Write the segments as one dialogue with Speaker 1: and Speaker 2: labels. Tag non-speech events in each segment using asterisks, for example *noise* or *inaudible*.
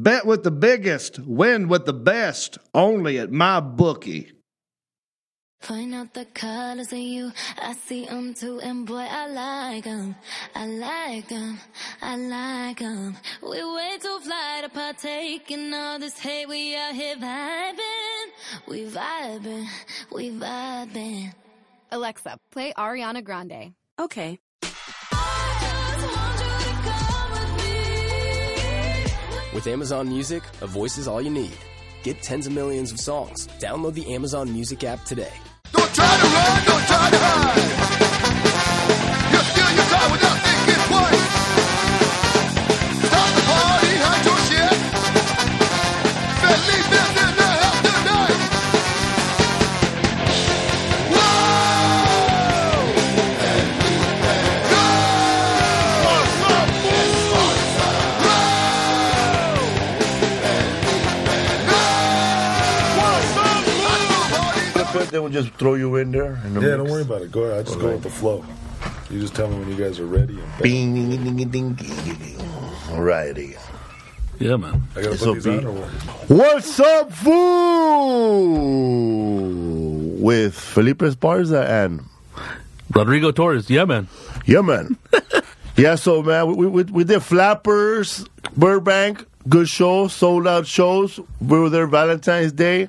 Speaker 1: Bet with the biggest, win with the best, only at mybookie.
Speaker 2: Find out the colors of you. I see 'em too, and boy, I like 'em. I like 'em. I like 'em. We way too fly to partake in all this hate. We out here vibing. We vibing. We vibing.
Speaker 3: Alexa, play Ariana Grande.
Speaker 4: Okay.
Speaker 5: With Amazon Music, a voice is all you need. Get tens of millions of songs. Download the Amazon Music app today.
Speaker 6: Don't try to run, don't try to hide. You steal your time without thinking twice. Stop the party, hide your shit. Then leave this in the house tonight. Whoa!
Speaker 7: I bet they would just throw you in there. And
Speaker 8: Yeah, don't worry about it. Go ahead. I just
Speaker 9: Oh,
Speaker 8: go with the flow. You just tell me when you guys are ready. And
Speaker 7: Bing, ding, ding, ding, ding, ding, ding. Alrighty.
Speaker 9: Yeah, man.
Speaker 8: I gotta put
Speaker 7: This'll
Speaker 8: these
Speaker 7: be-
Speaker 8: out or what?
Speaker 7: What's up, fool? With Felipe Esparza and
Speaker 9: Rodrigo Torres. Yeah, man.
Speaker 7: yeah, *laughs* man. yeah, so man, we, we we did Flappers, Burbank, good show, sold out shows. We were there Valentine's Day,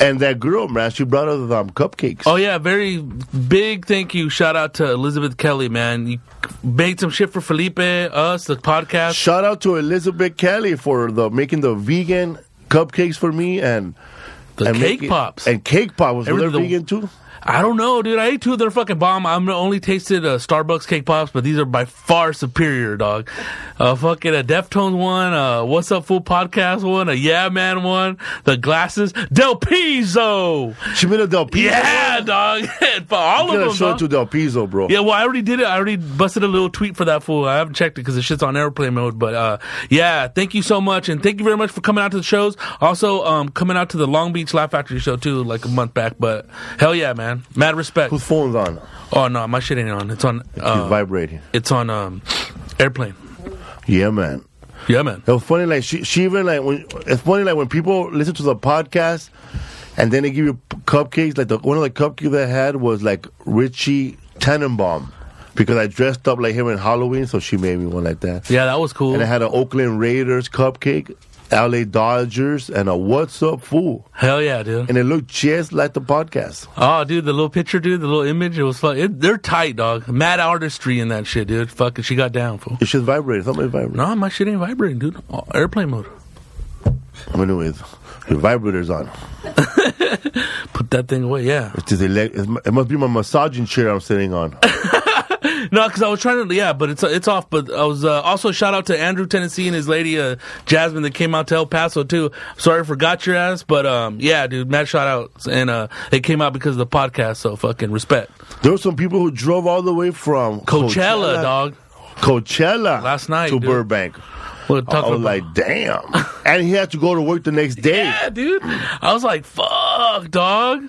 Speaker 7: and that girl, man, she brought us um, cupcakes.
Speaker 9: Oh yeah, very big thank you. Shout out to Elizabeth Kelly, man. You made some shit for Felipe, us, the podcast.
Speaker 7: Shout out to Elizabeth Kelly for the making the vegan cupcakes for me and
Speaker 9: the
Speaker 7: and
Speaker 9: cake
Speaker 7: making-
Speaker 9: pops.
Speaker 7: and cake pop was
Speaker 9: Every-
Speaker 7: there
Speaker 9: the-
Speaker 7: vegan too.
Speaker 9: I don't know, dude. I ate two of their fucking bomb. I'm only tasted uh, Starbucks cake pops, but these are by far superior, dog. Uh, fucking a Deftones one, a What's Up Fool podcast one, a Yeah Man one, the glasses Del Pizzo.
Speaker 7: Chimino Del Pizzo.
Speaker 9: Yeah, dog. *laughs* For all
Speaker 7: Gotta
Speaker 9: of them.
Speaker 7: show
Speaker 9: dog.
Speaker 7: it to Del Pizzo, bro.
Speaker 9: Yeah, well, I already did it. I already busted a little tweet for that fool. I haven't checked it because the shit's on airplane mode. But uh, yeah, thank you so much, and thank you very much for coming out to the shows. Also, um, coming out to the Long Beach Laugh Factory show too, like a month back. But hell yeah, man, mad respect.
Speaker 7: Whose phone's on?
Speaker 9: Oh no, my shit ain't on. It's on.
Speaker 7: He's
Speaker 9: Uh,
Speaker 7: vibrating.
Speaker 9: it's on um, airplane.
Speaker 7: Yeah, man.
Speaker 9: Yeah, man.
Speaker 7: It was funny. Like she, she even like when it's funny like when people listen to the podcast, and then they give you p- cupcakes. Like the one of the cupcakes I had was like Richie Tannenbaum, because I dressed up like him in Halloween, so she made me one like that.
Speaker 9: Yeah, that was cool.
Speaker 7: And I had an Oakland Raiders cupcake, L.A. Dodgers, and a What's Up Fool,
Speaker 9: Hell yeah, dude.
Speaker 7: and it looked just like the podcast.
Speaker 9: Oh, dude, the little picture, dude, the little image. It was fun. It, they're tight, dog. Mad artistry in that shit, dude. Fucking, she got down, fool.
Speaker 7: It's just vibrating. Something vibrating.
Speaker 9: No, my shit ain't vibrating, dude. Oh, airplane mode.
Speaker 7: Anyways, your vibrator's on.
Speaker 9: Put that thing away. Yeah.
Speaker 7: It's just elec- it's m- it must be my massaging chair I'm sitting on.
Speaker 9: *laughs* No, because I was trying to, yeah, but it's it's off. But I was uh, also shout out to Andrew Tennessee and his lady uh, Jasmine that came out to El Paso too. Sorry, I forgot your ass, but um, yeah, dude, mad shout outs and uh, they came out because of the podcast. So fucking respect,
Speaker 7: There were some people who drove all the way from
Speaker 9: Coachella, dog.
Speaker 7: Coachella
Speaker 9: Last night,
Speaker 7: to
Speaker 9: dude.
Speaker 7: Burbank.
Speaker 9: We're talking
Speaker 7: I was
Speaker 9: about. *laughs*
Speaker 7: like, damn. and he had to go to work the next day.
Speaker 9: yeah, dude. I was like, fuck,
Speaker 4: fuck, dog.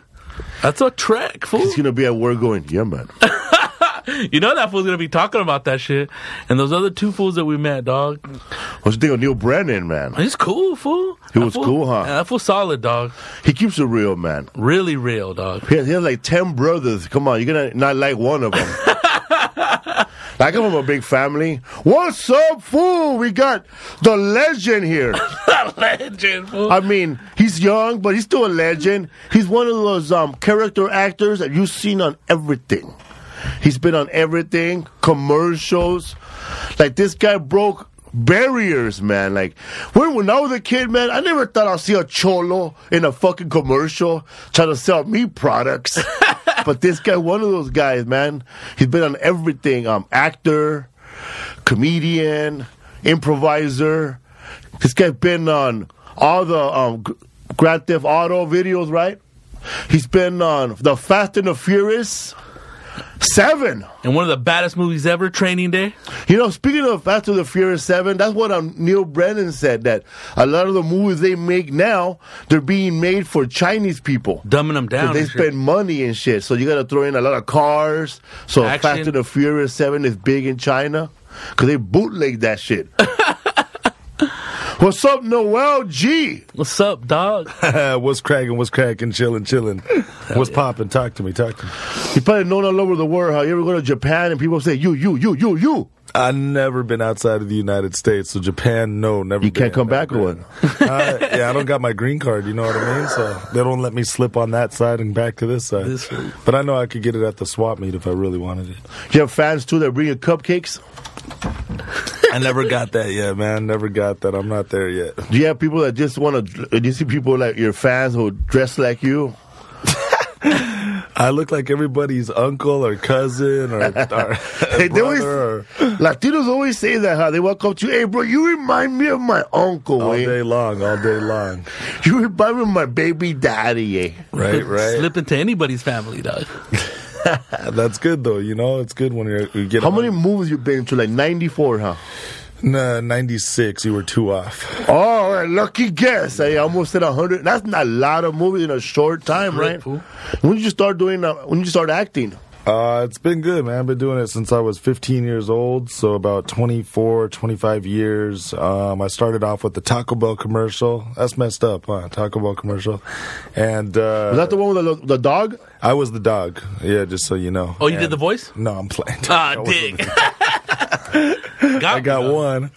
Speaker 4: That's a trek, fool.
Speaker 7: *laughs* He's gonna be at work going, yeah, man.
Speaker 4: You know that fool's gonna be talking about that shit. And those other two fools that we met, dog.
Speaker 7: What's the thing of Neil Brennan,
Speaker 9: *laughs*
Speaker 7: man?
Speaker 4: He's cool, fool.
Speaker 7: He
Speaker 4: That
Speaker 7: was
Speaker 4: fool-
Speaker 7: cool, huh?
Speaker 4: Yeah, that fool solid, dog.
Speaker 7: He keeps it real, man.
Speaker 4: Really real, dog. *laughs*
Speaker 7: He has, he has like ten brothers. Come on, you're gonna not like one of
Speaker 9: *laughs*
Speaker 7: them. I come from a big family. What's up, fool? We got the legend here.
Speaker 4: Legend, fool.
Speaker 7: I mean, he's young, but he's still a legend. He's one of those um, character actors that you've seen on everything. He's been on everything, commercials. Like this guy broke barriers, man. Like when when I was a kid, man, I never thought I'd see a cholo in a fucking commercial trying to sell me products. but this guy, one of those guys, man. He's been on everything. Um, actor, comedian, improviser. This guy's been on all the um, G- Grand Theft Auto videos, right? He's been on the Fast and the Furious Seven.
Speaker 4: And one of the baddest movies ever, Training Day.
Speaker 7: You know, speaking of Fast and the Furious Seven, that's what um, Neil Brennan said that a lot of the movies they make now they're being made for Chinese people.
Speaker 4: Dumbing them down.
Speaker 7: 'Cause they
Speaker 4: and shit.
Speaker 7: spend money and shit, so you got to throw in a lot of cars. So
Speaker 4: Action.
Speaker 7: Fast and the Furious Seven is big in China because they bootleg that shit.
Speaker 4: *laughs*
Speaker 7: What's up, Noel G?
Speaker 4: What's up, dog?
Speaker 9: what's cracking? What's cracking? Chilling, chilling. *laughs* What's popping? Talk to me. Talk to me.
Speaker 7: You probably known all over the world how you ever go to Japan and people say you, you, you, you, you.
Speaker 9: I've never been outside of the United States, so Japan, no, never.
Speaker 7: You can't
Speaker 9: been,
Speaker 7: come back
Speaker 9: never
Speaker 7: with
Speaker 9: been.
Speaker 7: one.
Speaker 9: *laughs* I, yeah, I don't got my green card. You know what I mean? So they don't let me slip on that side and back to this side.
Speaker 4: This one.
Speaker 9: but I know I could get it at the swap meet if I really wanted it.
Speaker 7: You have fans too that bring you cupcakes.
Speaker 9: I never got that yet, man. Never got that. I'm not there yet.
Speaker 7: Do you have people that just want to? Do you see people like your fans who dress like
Speaker 4: *laughs*
Speaker 7: you?
Speaker 9: I look like everybody's uncle or cousin
Speaker 7: *laughs*
Speaker 9: or, or
Speaker 7: Hey, they always,
Speaker 9: brother or
Speaker 7: Latinos always say that how they walk up to you, hey bro, you remind me of my uncle,
Speaker 4: Oh,
Speaker 9: all
Speaker 7: eh?
Speaker 9: day long, all day
Speaker 7: *laughs*
Speaker 9: long.
Speaker 7: you remind me of my baby daddy. Eh?
Speaker 9: Right, right.
Speaker 4: Slip into anybody's family, dog.
Speaker 9: *laughs* That's good though. You know, it's good when you're, you get.
Speaker 7: How many movies you been to? Like ninety four, huh?
Speaker 9: Nah, ninety six. You were two off.
Speaker 7: Oh, a lucky guess! I almost said hundred. That's not a lot of movies in a short time,
Speaker 4: Right,
Speaker 7: right?
Speaker 4: fool.
Speaker 7: When did you start doing? Uh, when did you start acting?
Speaker 9: Uh, it's been good, man. I've been doing it since I was 15 years old, so about 24, 25 years. Um, I started off with the Taco Bell commercial. That's messed up, huh? Taco Bell commercial, and uh,
Speaker 7: Was that the one with the, the dog?
Speaker 9: I was the dog. Yeah, just so you know.
Speaker 4: Oh, you did
Speaker 9: And-
Speaker 4: the voice?
Speaker 9: No, I'm playing.
Speaker 4: Ah,
Speaker 9: *laughs* I wasn't-
Speaker 4: dick. Got
Speaker 9: I got one.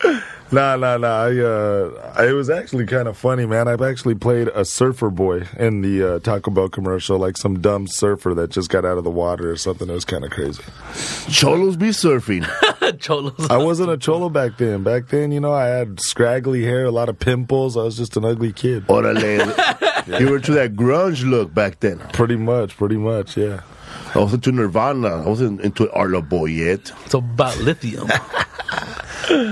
Speaker 9: Nah, nah, nah. I, uh, it was actually kind of funny, man. I've actually played a surfer boy in the uh, Taco Bell commercial, like some dumb surfer that just got out of the water or something. It was kind of crazy.
Speaker 7: Cholos be surfing.
Speaker 4: Cholos.
Speaker 9: I wasn't a cholo back then. Back then, you know, I had scraggly hair, a lot of pimples. I was just an ugly
Speaker 7: *laughs*
Speaker 9: kid.
Speaker 7: Orale. you were to that grunge look back then.
Speaker 9: Pretty much, pretty much, yeah.
Speaker 7: I was into Nirvana. I wasn't into Arlo Boy yet.
Speaker 4: It's about lithium.
Speaker 7: *laughs*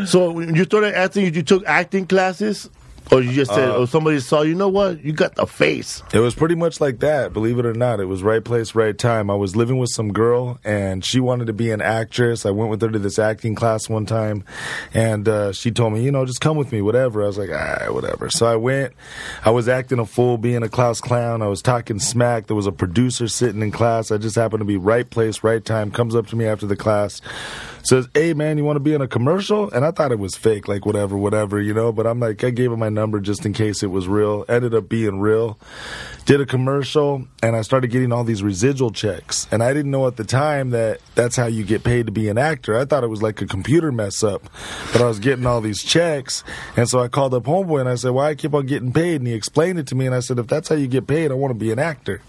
Speaker 7: So when you started acting, you, you took acting classes, or you just said, or somebody saw, you know what, you got the face.
Speaker 9: It was pretty much like that, believe it or not. It was right place, right time. I was living with some girl, and she wanted to be an actress. I went with her to this acting class one time, and uh, she told me, you know, just come with me, whatever. I was like, all right, whatever. So I went. I was acting a fool, being a class clown. I was talking smack. There was a producer sitting in class. I just happened to be right place, right time. Comes up to me after the class, says, hey, man, you want to be in a commercial? And I thought it was fake, like whatever, whatever, you know. But I'm like, I gave him my number just in case it was real. Ended up being real did a commercial and I started getting all these residual checks. And I didn't know at the time that that's how you get paid to be an actor. I thought it was like a computer mess up, but I was getting all these checks. And so I called up Homeboy and I said, Why I keep on getting paid? And he explained it to me. And I said, If that's how you get paid, I want to be an actor.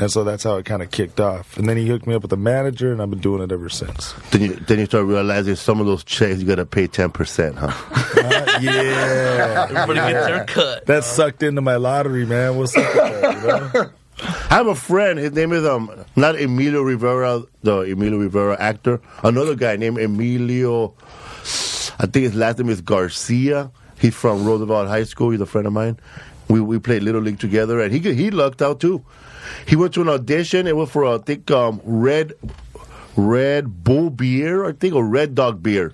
Speaker 9: And so that's how it kind of kicked off. And then he hooked me up with a manager and I've been doing it ever since.
Speaker 7: Then you, then you start realizing some of those checks you gotta pay ten percent,
Speaker 9: *laughs*
Speaker 7: huh?
Speaker 9: Uh, yeah.
Speaker 4: Everybody gets their cut.
Speaker 9: That sucked into my lottery, man. What's up with that, you
Speaker 4: *laughs*
Speaker 9: know?
Speaker 7: I have a friend. His name is um not Emilio Rivera, the Emilio Rivera actor. Another guy named Emilio. I think his last name is Garcia. He's from Roosevelt High School. He's a friend of mine. We we played little league together, and he g- he lucked out too. He went to an audition. It was for I think um red red bull beer, I think, or red dog beer.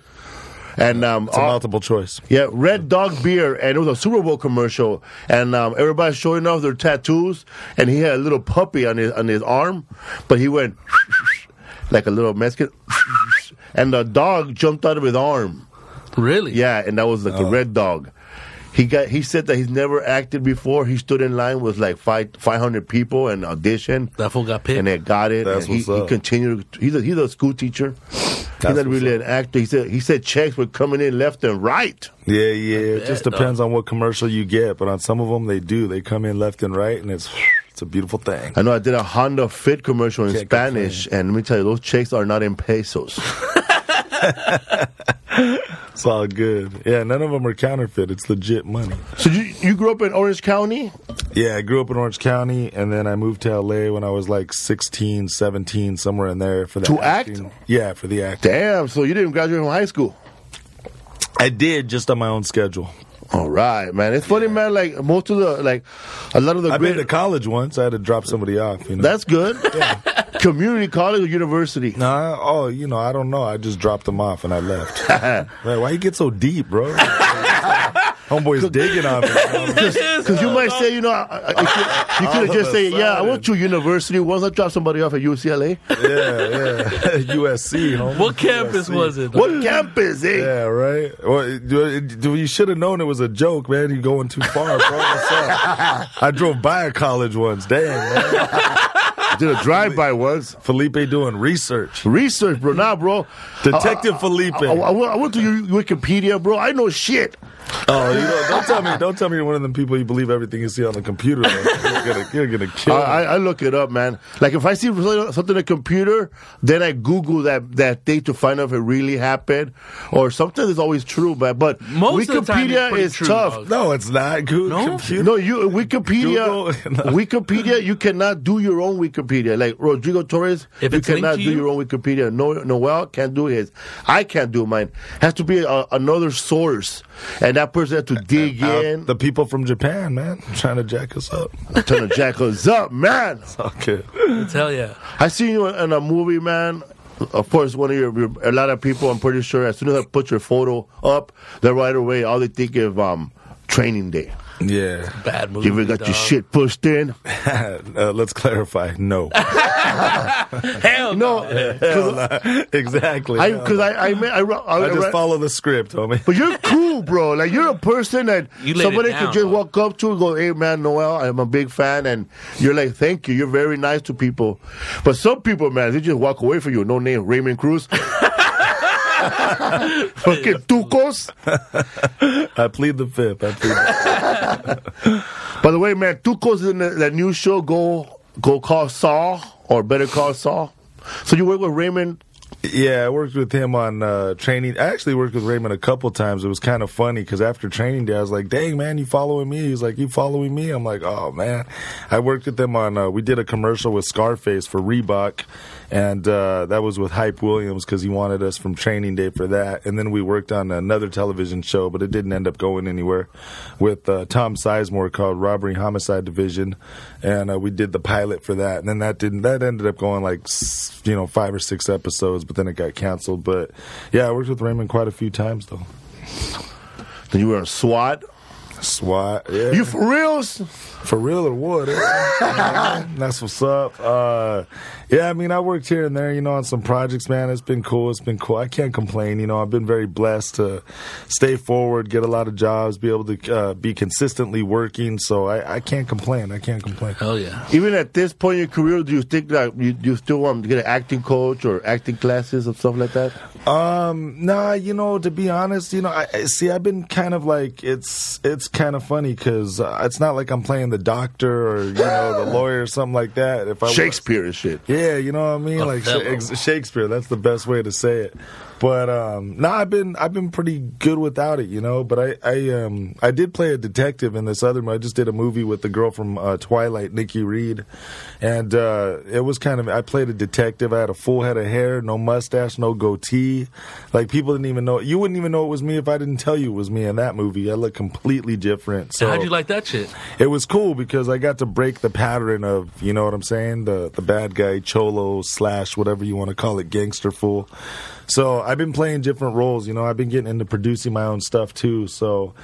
Speaker 7: And um,
Speaker 9: It's a
Speaker 7: all-
Speaker 9: multiple choice.
Speaker 7: yeah, Red Dog beer, and it was a Super Bowl commercial, and um, everybody's showing off their tattoos, and he had a little puppy on his on his arm, but he went *laughs* like a little Mexican, *laughs* and the dog jumped out of his arm.
Speaker 4: Really?
Speaker 7: Yeah, and that was like a
Speaker 9: Oh.
Speaker 7: Red Dog. He got. He said that he's never acted before. He stood in line with like five five hundred people and auditioned.
Speaker 4: That fool got picked.
Speaker 7: And they got it.
Speaker 9: That's
Speaker 7: and he,
Speaker 9: what's
Speaker 7: he
Speaker 9: up.
Speaker 7: continued. He's a, he's a school teacher. he's not
Speaker 9: what's
Speaker 7: really an actor. He said he said checks were coming in left and right.
Speaker 9: Yeah, yeah. It just
Speaker 4: bet,
Speaker 9: depends on what commercial you get, but on some of them they do. They come in left and right, and it's it's a beautiful thing.
Speaker 7: I know I did a Honda Fit commercial in
Speaker 9: Can't
Speaker 7: Spanish, and let me tell you, those checks are not in pesos.
Speaker 9: *laughs*
Speaker 7: *laughs*
Speaker 9: It's all good. Yeah, none of them are counterfeit. It's legit money.
Speaker 7: so you you grew up in Orange County?
Speaker 9: Yeah, I grew up in Orange County, and then I moved to LA when I was like 16, 17, somewhere in there for the
Speaker 7: To act?
Speaker 9: acting. Yeah, for the acting.
Speaker 7: Damn! So you didn't graduate from high school?
Speaker 9: I did just on my own schedule.
Speaker 7: All right, man. It's funny, man. Like most of the like, a lot of the
Speaker 9: I've been
Speaker 7: great.
Speaker 9: to college once. I had to drop somebody off. You know.
Speaker 7: that's
Speaker 9: *laughs*
Speaker 7: good. Community college or university? *laughs*
Speaker 9: Nah, oh, you know, I don't know. I just dropped them off and I left. like, why you get so deep, bro? Homeboy's digging on me.
Speaker 7: Because you might say, you know, I- I- if you, you
Speaker 9: All
Speaker 7: could have
Speaker 9: of
Speaker 7: just
Speaker 9: a
Speaker 7: said, yeah, I went to
Speaker 9: sudden.
Speaker 7: university once. I dropped somebody off at UCLA.
Speaker 9: USC, homie.
Speaker 4: What campus
Speaker 9: USC.
Speaker 4: was it?
Speaker 9: *laughs*
Speaker 7: what campus, eh?
Speaker 9: Yeah, right. Well, it- it- you should have known it was a joke, man. You going too far, bro. What's up? I drove by a college once. Damn, man.
Speaker 7: Did a drive-by once.
Speaker 9: Felipe doing research.
Speaker 7: Research, bro. Nah, bro.
Speaker 9: Detective
Speaker 7: I,
Speaker 9: Felipe.
Speaker 7: I- I went- I went to U- Wikipedia, bro. I know shit.
Speaker 9: Oh, you know, don't tell me, don't tell me you're one of them people you believe everything you see on the computer. man. You're gonna, you're gonna kill.
Speaker 7: I, I, I look it up, man. Like if I see something something on the computer, then I Google that that thing to find out if it really happened or something is always true, man. But
Speaker 4: Most
Speaker 7: Wikipedia
Speaker 4: of the time it's pretty
Speaker 7: is
Speaker 4: true,
Speaker 7: tough.
Speaker 4: dog.
Speaker 9: no, it's not good.
Speaker 4: No?
Speaker 9: Computer.
Speaker 7: No, you Wikipedia.
Speaker 9: Google-
Speaker 7: Wikipedia, you cannot do your own Wikipedia. Like Rodrigo Torres,
Speaker 4: If
Speaker 7: you
Speaker 4: it's linked
Speaker 7: cannot
Speaker 4: to
Speaker 7: do
Speaker 4: you?
Speaker 7: your own Wikipedia. No, Noel can't do his. I can't do mine. Has to be a, another source, and that person has to dig
Speaker 9: Out-
Speaker 7: in,
Speaker 9: the people from Japan, man, trying to jack us up.
Speaker 7: turn the jackals up, man.
Speaker 9: Okay.
Speaker 4: Tell ya.
Speaker 7: I seen you in a movie, man. Of course, one of your, your a lot of people. I'm pretty sure as soon as I put your photo up, they right away all they think of um training day.
Speaker 9: Yeah. *laughs*
Speaker 4: Bad movie.
Speaker 7: You ever got
Speaker 4: dog.
Speaker 7: your shit pushed
Speaker 4: *laughs*
Speaker 7: in?
Speaker 9: Uh, let's clarify. No.
Speaker 4: Hell no.
Speaker 7: No,
Speaker 9: exactly.
Speaker 7: I
Speaker 9: No.
Speaker 7: because I I, I, I,
Speaker 9: I
Speaker 7: I
Speaker 9: just follow the script, homie.
Speaker 7: But you're cool, bro. Like you're a person that
Speaker 4: You laid it
Speaker 7: somebody
Speaker 4: down,
Speaker 7: could just
Speaker 4: bro.
Speaker 7: walk up to and go, "Hey, man, Noel, I'm a big fan," and you're like, "Thank you. You're very nice to people." But some people, man, they just walk away from you. No name, Raymond Cruz. *laughs* Fucking Tucos.
Speaker 9: I plead the fifth. I plead the
Speaker 7: By the way, man, Tucos is in the, that new show. Go, go call Saul or better call Saul. So you work with Raymond.
Speaker 9: Yeah, I worked with him on uh, training. I actually worked with Raymond a couple times. It was kind of funny because after training day, I was like, "Dang man, you following me?" He's like, "You following me?" I'm like, "Oh man." I worked with them on. Uh, we did a commercial with Scarface for Reebok, and uh, that was with Hype Williams because he wanted us from training day for that. And then we worked on another television show, but it didn't end up going anywhere. With uh, Tom Sizemore called Robbery Homicide Division, and uh, we did the pilot for that. And then that didn't. That ended up going like s- you know five or six episodes, but then it got canceled. But yeah, I worked with Raymond quite a few times though.
Speaker 7: Then you were on SWAT.
Speaker 9: SWAT. Yeah.
Speaker 7: You for reals?
Speaker 9: For real or what? eh? *laughs* That's what's up. Uh, yeah, I mean, I worked here and there, you know, on some projects, man. It's been cool. It's been cool. I can't complain. You know, I've been very blessed to stay forward, get a lot of jobs, be able to uh, be consistently working. So I, I can't complain. I can't complain.
Speaker 4: Hell yeah.
Speaker 7: Even at this point in your career, do you think that you, you still want to get an acting coach or acting classes and stuff like that?
Speaker 9: Um, nah, you know, to be honest, you know, I, I see. I've been kind of like it's it's kind of funny because uh, it's not like I'm playing the doctor or you know *laughs* the lawyer or something like that. If I was-
Speaker 7: Shakespeare and shit.
Speaker 9: Yeah, you know what I mean. like Sha-
Speaker 4: Othello.
Speaker 9: ex- Shakespeare, that's the best way to say it. But um, no, I've been I've been pretty good without it, you know. But I I um I did play a detective in this other. mo- I just did a movie with the girl from uh, Twilight, Nikki Reed, and uh, it was kind of I played a detective. I had a full head of hair, no mustache, no goatee. Like people didn't even know. You wouldn't even know it was me if I didn't tell you it was me in that movie. I looked completely different. So
Speaker 4: So how'd you like that shit?
Speaker 9: it was cool because I got to break the pattern of you know what I'm saying the the bad guy cholo slash whatever you want to call it gangster fool. So I I've been playing different roles. You know, I've been getting into producing my own stuff too. So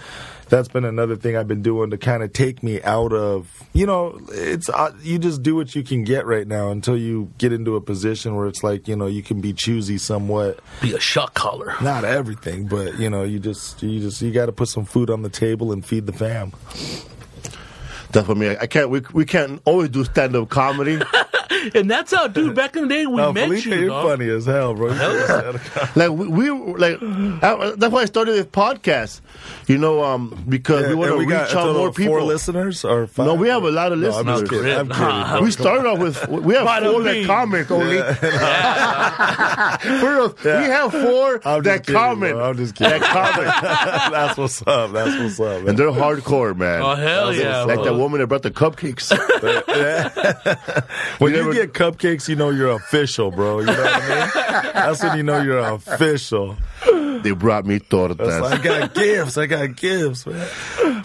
Speaker 9: that's been another thing I've been doing to kind of take me out of. You know, it's uh, you just do what you can get right now until you get into a position where it's like you know you can be choosy somewhat.
Speaker 4: Be a shot caller.
Speaker 9: Not everything, but you know you just you just you got to put some food on the table and feed the fam.
Speaker 7: That's what I mean. I can't. We, we can't always do stand up
Speaker 9: *laughs*
Speaker 7: comedy.
Speaker 4: And that's how, dude. Back in the day, we
Speaker 9: Oh,
Speaker 4: met
Speaker 9: Felipe,
Speaker 4: you.
Speaker 9: you're
Speaker 4: dog.
Speaker 9: funny as hell, bro.
Speaker 7: *laughs* like we, we like I, that's why I started this podcast. You know, um, because
Speaker 9: Yeah,
Speaker 7: we want
Speaker 9: and
Speaker 7: to reach
Speaker 9: a
Speaker 7: out
Speaker 9: total
Speaker 7: more
Speaker 9: of four
Speaker 7: people.
Speaker 9: listeners or five?
Speaker 7: No, we have a lot of
Speaker 9: No, I'm just
Speaker 7: listeners.
Speaker 9: kidding. I'm
Speaker 4: Nah.
Speaker 7: *laughs*
Speaker 9: kidding, bro.
Speaker 7: we started off with we have
Speaker 4: Bada
Speaker 7: four that
Speaker 4: bing.
Speaker 7: comment only. *laughs* For real,
Speaker 9: Yeah.
Speaker 7: we have 4
Speaker 9: I'm just
Speaker 7: that
Speaker 9: kidding,
Speaker 7: comment.
Speaker 9: bro. I'm just kidding. That's what's up. That's what's up.
Speaker 7: And
Speaker 9: *laughs* Man.
Speaker 7: *laughs* they're hardcore, man.
Speaker 4: Oh hell yeah!
Speaker 7: like
Speaker 4: bro.
Speaker 7: that woman that brought the *laughs* cupcakes.
Speaker 9: When
Speaker 7: You
Speaker 9: you
Speaker 7: never-
Speaker 9: get cupcakes, you know you're official, bro. You know what I mean? That's when you know you're official.
Speaker 7: they brought me
Speaker 9: That's
Speaker 7: tortas.
Speaker 9: like, I got gifts. I got gifts, man.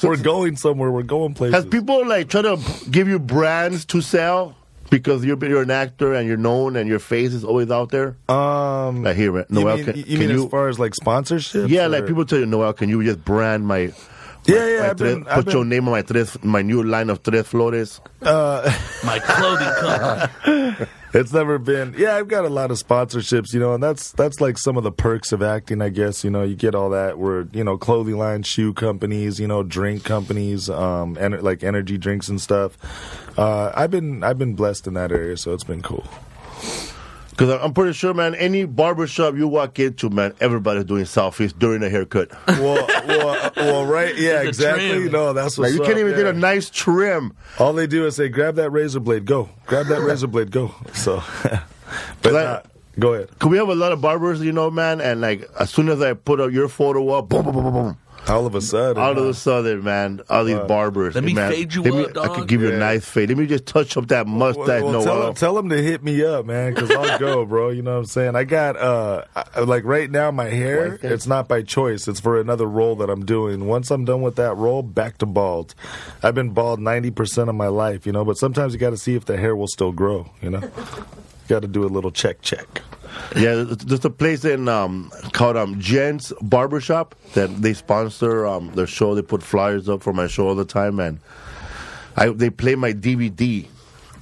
Speaker 9: We're going somewhere. We're going places.
Speaker 7: Has people like try to give you brands to sell because you're you're an actor and you're known and your face is always out there?
Speaker 9: um,
Speaker 7: Like here,
Speaker 9: you
Speaker 7: Noel,
Speaker 9: mean,
Speaker 7: can
Speaker 9: you
Speaker 7: can
Speaker 9: mean
Speaker 7: Uh, you?
Speaker 9: as far as like sponsorships?
Speaker 7: yeah,
Speaker 9: or-
Speaker 7: like people tell you, Noel, can you just brand my?
Speaker 9: Yeah, yeah.
Speaker 7: my
Speaker 9: I've been,
Speaker 7: tres-
Speaker 9: I've
Speaker 7: put your
Speaker 9: been,
Speaker 7: name on my tres, my new line of tres flores.
Speaker 4: My clothing company.
Speaker 9: It's never been. Yeah, I've got a lot of sponsorships, you know, and that's that's like some of the perks of acting, I guess. You know, you get all that where you know clothing line, shoe companies, you know, drink companies, um, and like energy drinks and stuff. Uh, I've been I've been blessed in that area, so it's been cool.
Speaker 7: Because I'm pretty sure, man, any barbershop you walk into, man, everybody's doing selfies during a
Speaker 9: *laughs*
Speaker 7: haircut.
Speaker 9: Well, well, well right? Yeah,
Speaker 4: The
Speaker 9: exactly.
Speaker 4: trim.
Speaker 9: No, that's what
Speaker 7: Like, you can't even get a
Speaker 9: yeah.
Speaker 7: nice trim.
Speaker 9: All they do is say, "Grab that razor blade, go! Grab that razor blade, go!" So, *laughs* but
Speaker 7: Like-
Speaker 9: not- go ahead.
Speaker 7: Cause we have a lot of barbers, you know, man, and like as soon as I put up your photo up, boom, boom, boom, boom, boom,
Speaker 9: All of a sudden,
Speaker 7: all of
Speaker 9: huh?
Speaker 7: a sudden, man, all these barbers.
Speaker 4: Let me
Speaker 7: man,
Speaker 4: fade you
Speaker 7: let me-
Speaker 4: up,
Speaker 7: I
Speaker 4: dog.
Speaker 7: could give you
Speaker 9: Yeah.
Speaker 7: a nice fade. Let me just touch up that mustache,
Speaker 9: Well,
Speaker 7: no
Speaker 9: tell,
Speaker 7: well.
Speaker 9: him, tell him to hit me up, man, because I'll
Speaker 7: *laughs*
Speaker 9: go, bro. You know what I'm saying? I got, uh, I- like right now, my hair, it's not by choice. It's for another role that I'm doing. Once I'm done with that role, back to bald. I've been bald 90% of my life, you know, but sometimes you got to see if the hair will still grow, you
Speaker 7: *laughs*
Speaker 9: know? got to do a little check, check.
Speaker 7: Yeah, th- there's a place in um, called um, Jen's Barbershop that they sponsor um, their show. They put flyers up for my show all the time, and I they play my DVD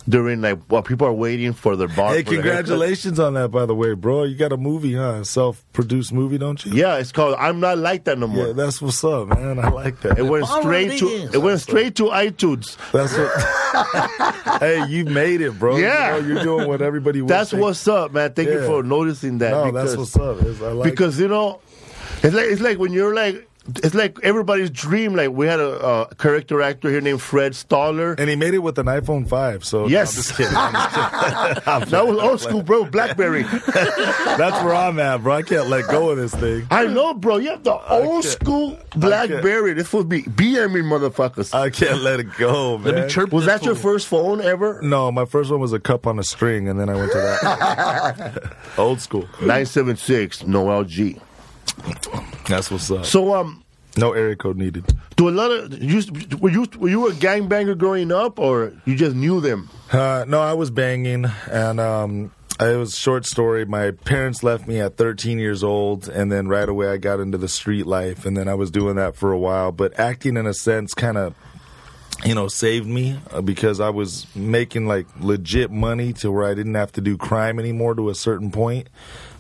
Speaker 7: during like while people are waiting for their bar.
Speaker 9: Hey,
Speaker 7: for their haircut.
Speaker 9: congratulations on that, by the way, bro. You got a movie, huh? Self produced movie, don't you?
Speaker 7: Yeah, it's called I'm Not Like That No More.
Speaker 9: Yeah, that's what's up, man. I like that.
Speaker 7: it went straight to it went straight to iTunes.
Speaker 9: That's what. *laughs* hey, you made it, bro.
Speaker 7: Yeah.
Speaker 9: you are doing what everybody. wished
Speaker 7: That's
Speaker 9: they-
Speaker 7: what's up, man. Thank you
Speaker 9: Yeah.
Speaker 7: for noticing that.
Speaker 9: No,
Speaker 7: because,
Speaker 9: that's what's up. It's- I like
Speaker 7: because you know, it's like it's like when you're like. It's like everybody's dream. Like we had a, uh character actor here named Fred Stoller.
Speaker 9: and he made it with an iPhone five. So
Speaker 7: Yes.
Speaker 9: I'm just kidding. I'm just
Speaker 7: That was old school,
Speaker 9: *laughs*
Speaker 7: bro. Blackberry. *laughs*
Speaker 9: kidding. that's where I'm at, bro. I can't let go of this thing.
Speaker 7: I know, bro. You have the old school Blackberry. This would be BMing motherfuckers.
Speaker 9: I can't let it go, man.
Speaker 4: Let me chirp.
Speaker 7: was
Speaker 4: this
Speaker 7: that your
Speaker 4: fool.
Speaker 7: first phone ever?
Speaker 9: No, my first one was a cup on a string, and then I went to that
Speaker 7: *laughs*
Speaker 9: old school.
Speaker 7: 976 Noel G.
Speaker 9: That's what's up.
Speaker 7: So, um,
Speaker 9: No area code needed.
Speaker 7: do a lot of you were you were you a gangbanger growing up, or you just knew them?
Speaker 9: Uh, no, I was banging, and um, it was a short story. My parents left me at 13 years old, and then right away I got into the street life, and then I was doing that for a while. But acting, in a sense, kind of you know, saved me uh, because I was making like legit money to where I didn't have to do crime anymore to a certain point.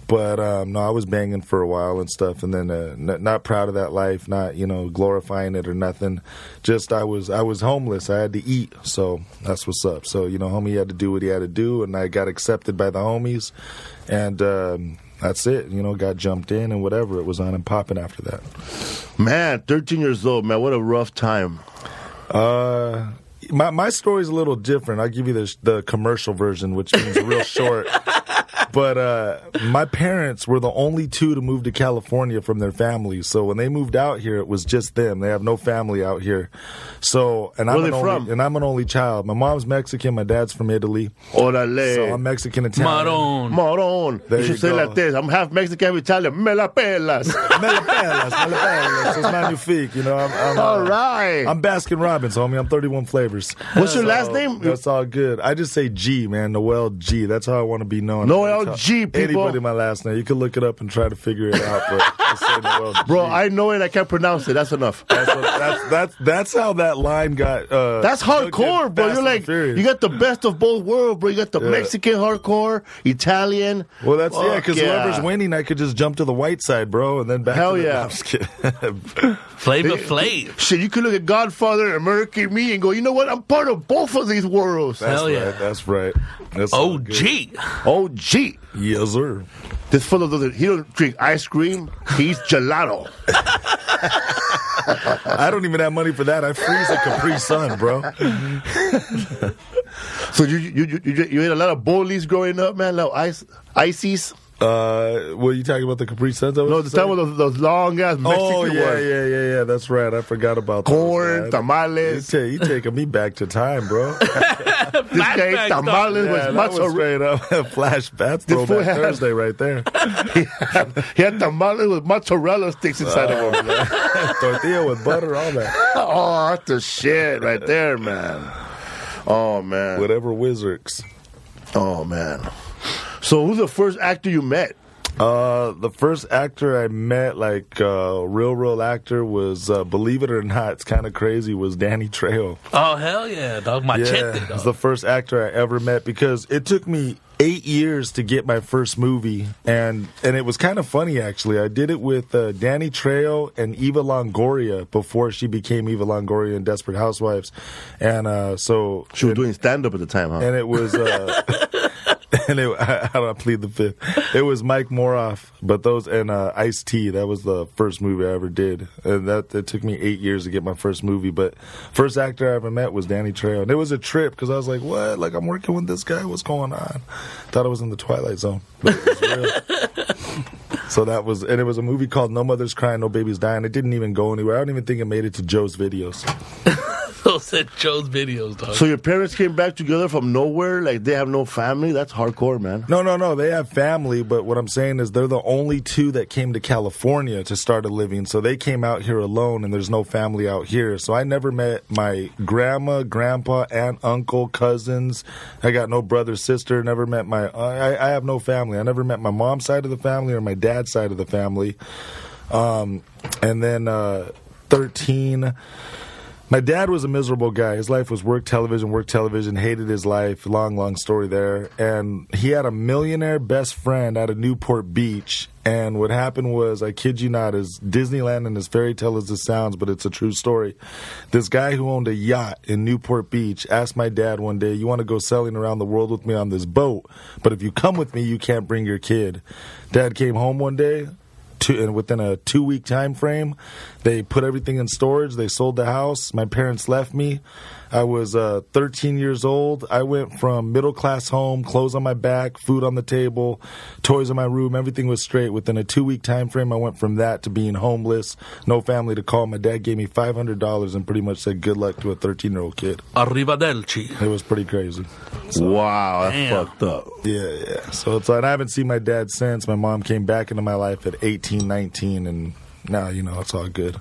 Speaker 9: But um, no, I was banging for a while and stuff, and then uh, n- not proud of that life, not you know glorifying it or nothing. Just I was I was homeless. I had to eat, so that's what's up. So you know, homie had to do what he had to do, and I got accepted by the homies, and um, that's it. You know, got jumped in and whatever it was on and popping after that.
Speaker 7: Man, 13 years old, man. What a rough time.
Speaker 9: Uh, my my story's a little different. I'll give you the the commercial version, which means real short. But uh, my parents were the only two to move to California from their families. So when they moved out here, it was just them. They have no family out here. So and I'm
Speaker 7: Where
Speaker 9: an
Speaker 7: they
Speaker 9: only,
Speaker 7: from?
Speaker 9: and I'm an only child. My mom's Mexican. My dad's from Italy.
Speaker 7: Orale.
Speaker 9: So I'm Mexican Italian.
Speaker 4: Maroon.
Speaker 9: *laughs*
Speaker 7: Moron.
Speaker 9: There
Speaker 7: you should
Speaker 9: you
Speaker 7: say
Speaker 9: go.
Speaker 7: like this. I'm half Mexican, half Italian. Me la
Speaker 9: *laughs*
Speaker 7: pelas.
Speaker 9: Malapelas, malapelas. It's my new fique, you know. I'm, I'm, uh,
Speaker 7: All right.
Speaker 9: I'm Baskin Robbins, homie. I'm 31 flavors.
Speaker 7: What's your last name?
Speaker 9: That's all good. I just say G, man. Noel G. That's how I want to be known.
Speaker 7: Noel LG, people.
Speaker 9: Anybody my last name. You can look it up and try to figure it out.
Speaker 7: *laughs*
Speaker 9: But just say the word
Speaker 7: Bro,
Speaker 9: G.
Speaker 7: I know it. I can't pronounce it. That's enough.
Speaker 9: That's, what, that's that's that's how that line got. Uh,
Speaker 7: That's hardcore, bro.
Speaker 9: fucking Fast
Speaker 7: You're
Speaker 9: and
Speaker 7: like,
Speaker 9: Furious.
Speaker 7: you got the best of both worlds, bro. You got the
Speaker 9: Yeah.
Speaker 7: Mexican hardcore, Italian.
Speaker 9: Well, that's yeah,
Speaker 7: Fuck
Speaker 9: because whoever's winning, I could just jump to the white side, bro, and then back.
Speaker 7: Hell
Speaker 9: to the,
Speaker 7: yeah.
Speaker 9: *laughs* I'm just kidding.
Speaker 4: Flavor Flav.
Speaker 7: Shit, you could look at Godfather and American Me and go, you know what? I'm part of both of these worlds.
Speaker 9: That's
Speaker 4: Hell yeah.
Speaker 9: right, That's right. That's all
Speaker 4: OG.
Speaker 9: good.
Speaker 7: Oh, gee.
Speaker 9: Yes, sir.
Speaker 7: This fellow doesn't, he don't drink ice cream. He eats gelato.
Speaker 9: I don't even have money for that. I freeze a Capri Sun,
Speaker 7: *laughs*
Speaker 9: bro.
Speaker 7: so you you, you, you you ate a lot of bowlies growing up, man? Little ice, ices?
Speaker 9: Uh, were you talking about the Capri Suns? I was
Speaker 7: No, the time
Speaker 9: saying?
Speaker 7: with those, those long ass Mexican
Speaker 9: Oh yeah,
Speaker 7: ones.
Speaker 9: yeah, yeah, yeah. That's right. I forgot about those,
Speaker 7: Corn,
Speaker 9: man. You
Speaker 7: tamales.
Speaker 9: ta- you taking me back to
Speaker 7: *laughs*
Speaker 9: time, bro.
Speaker 7: This guy ate
Speaker 4: Flashback, dog.
Speaker 7: tamales
Speaker 9: yeah, that
Speaker 7: with
Speaker 9: was
Speaker 7: mozzarella.
Speaker 9: straight up *laughs* flash. That's
Speaker 7: This fool
Speaker 9: throwback
Speaker 7: had-
Speaker 9: Thursday
Speaker 7: *laughs*
Speaker 9: right there.
Speaker 7: He had tamales with mozzarella sticks inside of
Speaker 9: Uh,
Speaker 7: them. man.
Speaker 9: Tortilla with butter, all that.
Speaker 7: Oh, that's the shit right there, man. Oh man.
Speaker 9: Whatever wizards.
Speaker 7: Oh man. So who's the first actor you met?
Speaker 9: Uh, the first actor I met, like uh, real, real actor, was uh, believe it or not, it's kind of crazy. Was Danny Trejo.
Speaker 4: Oh, hell yeah, dog. My
Speaker 9: Yeah,
Speaker 4: chete,
Speaker 9: he's
Speaker 4: dog.
Speaker 9: the first actor I ever met because it took me eight years to get my first movie, and and it was kind of funny actually. I did it with uh, Danny Trejo and Eva Longoria before she became Eva Longoria in Desperate Housewives, and uh, so
Speaker 7: She was doing stand up at the time, huh?
Speaker 9: and it was uh, and it, *laughs* I, I don't plead the fifth. It was Mike Moroff, but those and uh, Ice T. That was the first movie I ever did, and that it took me eight years to get my first movie. But first actor I ever met was Danny Trejo, and it was a trip because I was like, "What? Like I'm working with this guy? What's going on?" Thought I was in the Twilight Zone, but it was real. So that was, and it was a movie called No Mother's Crying, No Baby's Dying. It didn't even go anywhere. I don't even think it made it to Joe's videos.
Speaker 4: Those are Joe's videos, dog.
Speaker 7: so your parents came back together from nowhere, like they have no family. That's hardcore, man.
Speaker 9: No, no, no. They have family, but what I'm saying is they're the only two that came to California to start a living. So they came out here alone, and there's no family out here. So I never met my grandma, grandpa, aunt, uncle, cousins. I got no brother, sister. Never met my. I, I- I have no family. I never met my mom's side of the family or my dad's side of the family. Um, and then uh, 13. My dad was a miserable guy. His life was work television, work television, hated his life. Long, long story there. And he had a millionaire best friend out of Newport Beach. And what happened was, I kid you not, as Disneyland and as fairy tale as this sounds, but it's a true story. This guy who owned a yacht in Newport Beach asked my dad one day, You want to go sailing around the world with me on this boat? But if you come with me, you can't bring your kid. Dad came home one day two, and within a two week time frame, they put everything in storage. They sold the house. My parents left me. I was uh, 13 years old. I went from middle class home, clothes on my back, food on the table, toys in my room. Everything was straight. Within a two week time frame, I went from that to being homeless, no family to call. My dad gave me $500 and pretty much said good luck to a 13 year old kid.
Speaker 4: Arrivederci.
Speaker 9: It was pretty crazy.
Speaker 7: wow, that's
Speaker 4: Damn.
Speaker 7: fucked up.
Speaker 9: Yeah, yeah. So it's and I haven't seen my dad since. My mom came back into my life at 18, 19, and now, you know, it's all good.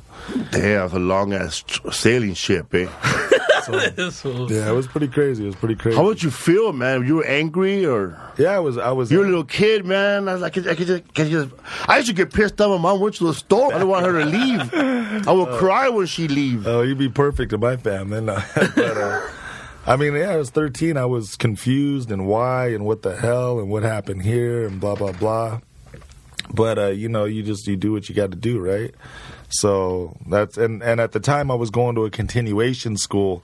Speaker 7: Damn, that's a long ass sailing ship, eh?
Speaker 4: *laughs* This was-
Speaker 9: Yeah, it was pretty crazy. It was pretty crazy.
Speaker 7: How would you feel, man? You were angry or
Speaker 9: yeah, I was. I was.
Speaker 7: You're a little kid, man. I was like, I, could, I, could just, I, could just, I used to get pissed off when mom went to the store. I don't want her to leave. I would cry when she leaves.
Speaker 9: oh, you'd be perfect in my fam then. uh, *laughs* but, uh, I mean, yeah, I was 13. I was confused and why and what the hell and what happened here and blah blah blah. But uh, you know, you just you do what you got to do, right? So that's and and at the time I was going to a continuation school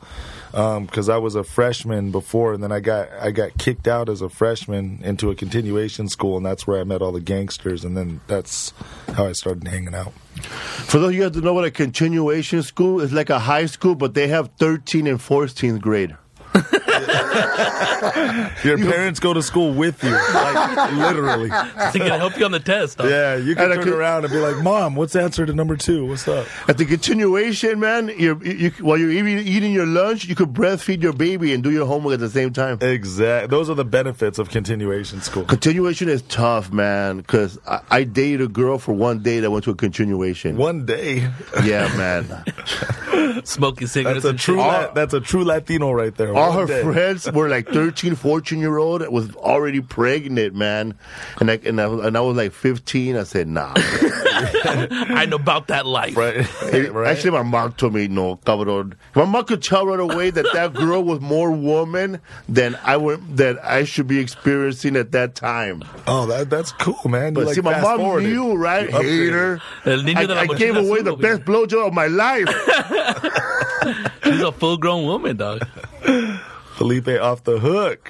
Speaker 9: because I was a freshman before, and then I got I got kicked out as a freshman into a continuation school, and that's where I met all the gangsters, and then that's how I started hanging out.
Speaker 7: For those of you guys that know what a continuation school is like a high school, but they have 13 and 14th grade.
Speaker 9: Your parents go to school with you, *laughs* like literally.
Speaker 4: I think I help you on the test, dog.
Speaker 9: Yeah, you can
Speaker 7: And I
Speaker 9: turn
Speaker 7: could-
Speaker 9: around and be like, "Mom, what's the answer to number two? What's up?"
Speaker 7: At the continuation, man, you're, you, you- while you're eating, eating your lunch, you could breastfeed your baby and do your homework at the same time.
Speaker 9: Exact. Those are the benefits of continuation school.
Speaker 7: Continuation is tough, man, because I, I dated a girl for one day that went to a continuation.
Speaker 9: One day,
Speaker 7: Yeah, man.
Speaker 4: Smoking cigarettes
Speaker 9: that's a
Speaker 4: and
Speaker 9: true.
Speaker 4: shit.
Speaker 9: La- that's a true Latino right there.
Speaker 7: All
Speaker 9: One
Speaker 7: her
Speaker 9: day.
Speaker 7: friends kids were like 13, 14 year old was already pregnant, man. And like, and I, was- and I was like 15. I said, nah.
Speaker 4: Oh, I know about that life.
Speaker 9: Right.
Speaker 7: It-
Speaker 9: right.
Speaker 7: Actually, my mom told me, no, cabrón. My mom could tell right away that that girl was more woman than I would, that I should be experiencing at that time.
Speaker 9: oh, that, that's cool, man. You,
Speaker 7: But
Speaker 9: like,
Speaker 7: see, my mom
Speaker 9: fast-forwarded.
Speaker 7: knew, right?
Speaker 9: You upgraded.
Speaker 7: Hater.
Speaker 4: El niño de la
Speaker 7: I, I gave
Speaker 4: mochila
Speaker 7: away
Speaker 4: azul
Speaker 7: the
Speaker 4: over here.
Speaker 7: best blowjob of my life.
Speaker 9: *laughs*
Speaker 4: She's a full grown woman, dog.
Speaker 9: Felipe off the hook.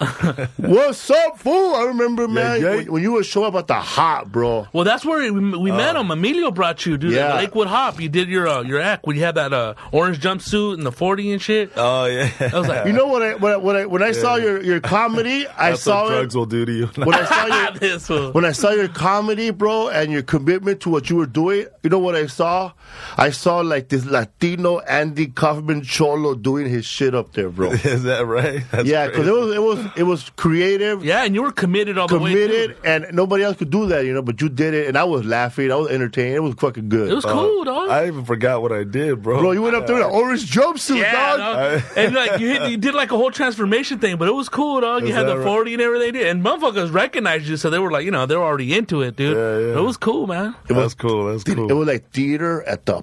Speaker 7: What's up, fool? I remember, man,
Speaker 9: yeah.
Speaker 7: When, when you were showing up at the hot, bro.
Speaker 4: Well, that's where we, we met him. Emilio brought you, dude.
Speaker 7: Yeah.
Speaker 4: Lakewood Hop. You did your uh, your act when you had that uh, orange jumpsuit and the forty and shit.
Speaker 9: *laughs* oh yeah.
Speaker 4: I was
Speaker 9: *laughs*
Speaker 4: like, *laughs*
Speaker 7: You know what? I when I when I, when I saw your, your comedy, I
Speaker 9: That's what
Speaker 7: saw
Speaker 9: drugs
Speaker 7: it.
Speaker 9: will do to you. *laughs*
Speaker 7: When I saw your
Speaker 4: "Ah, this fool.
Speaker 7: when I saw your comedy, bro, and your commitment to what you were doing, you know what I saw? I saw like this Latino Andy Kaufman cholo doing his shit up
Speaker 4: *laughs*
Speaker 7: there, bro.
Speaker 9: Is that right? That's
Speaker 7: yeah, because
Speaker 9: crazy.
Speaker 7: it was it was it was creative.
Speaker 4: yeah, and you were committed all the way.
Speaker 7: Committed
Speaker 4: through.
Speaker 7: and nobody else could do that, you know. But you did it, and I was laughing. I was entertained. It was fucking good,
Speaker 4: It was cool, dog.
Speaker 9: I even forgot what I did, bro.
Speaker 7: bro. You went up there in an orange jumpsuit,
Speaker 4: yeah,
Speaker 7: dog.
Speaker 4: dog. *laughs* and like you, hit, you did like a whole transformation thing, but it was cool, dog. You
Speaker 9: Is
Speaker 4: had
Speaker 9: that
Speaker 4: the
Speaker 9: right?
Speaker 4: forty and everything, dude. and motherfuckers recognized you, so they were like, you know, they were already into it, dude.
Speaker 9: Yeah, yeah.
Speaker 4: It was cool, man.
Speaker 9: That was cool. That was cool.
Speaker 7: It was like theater at the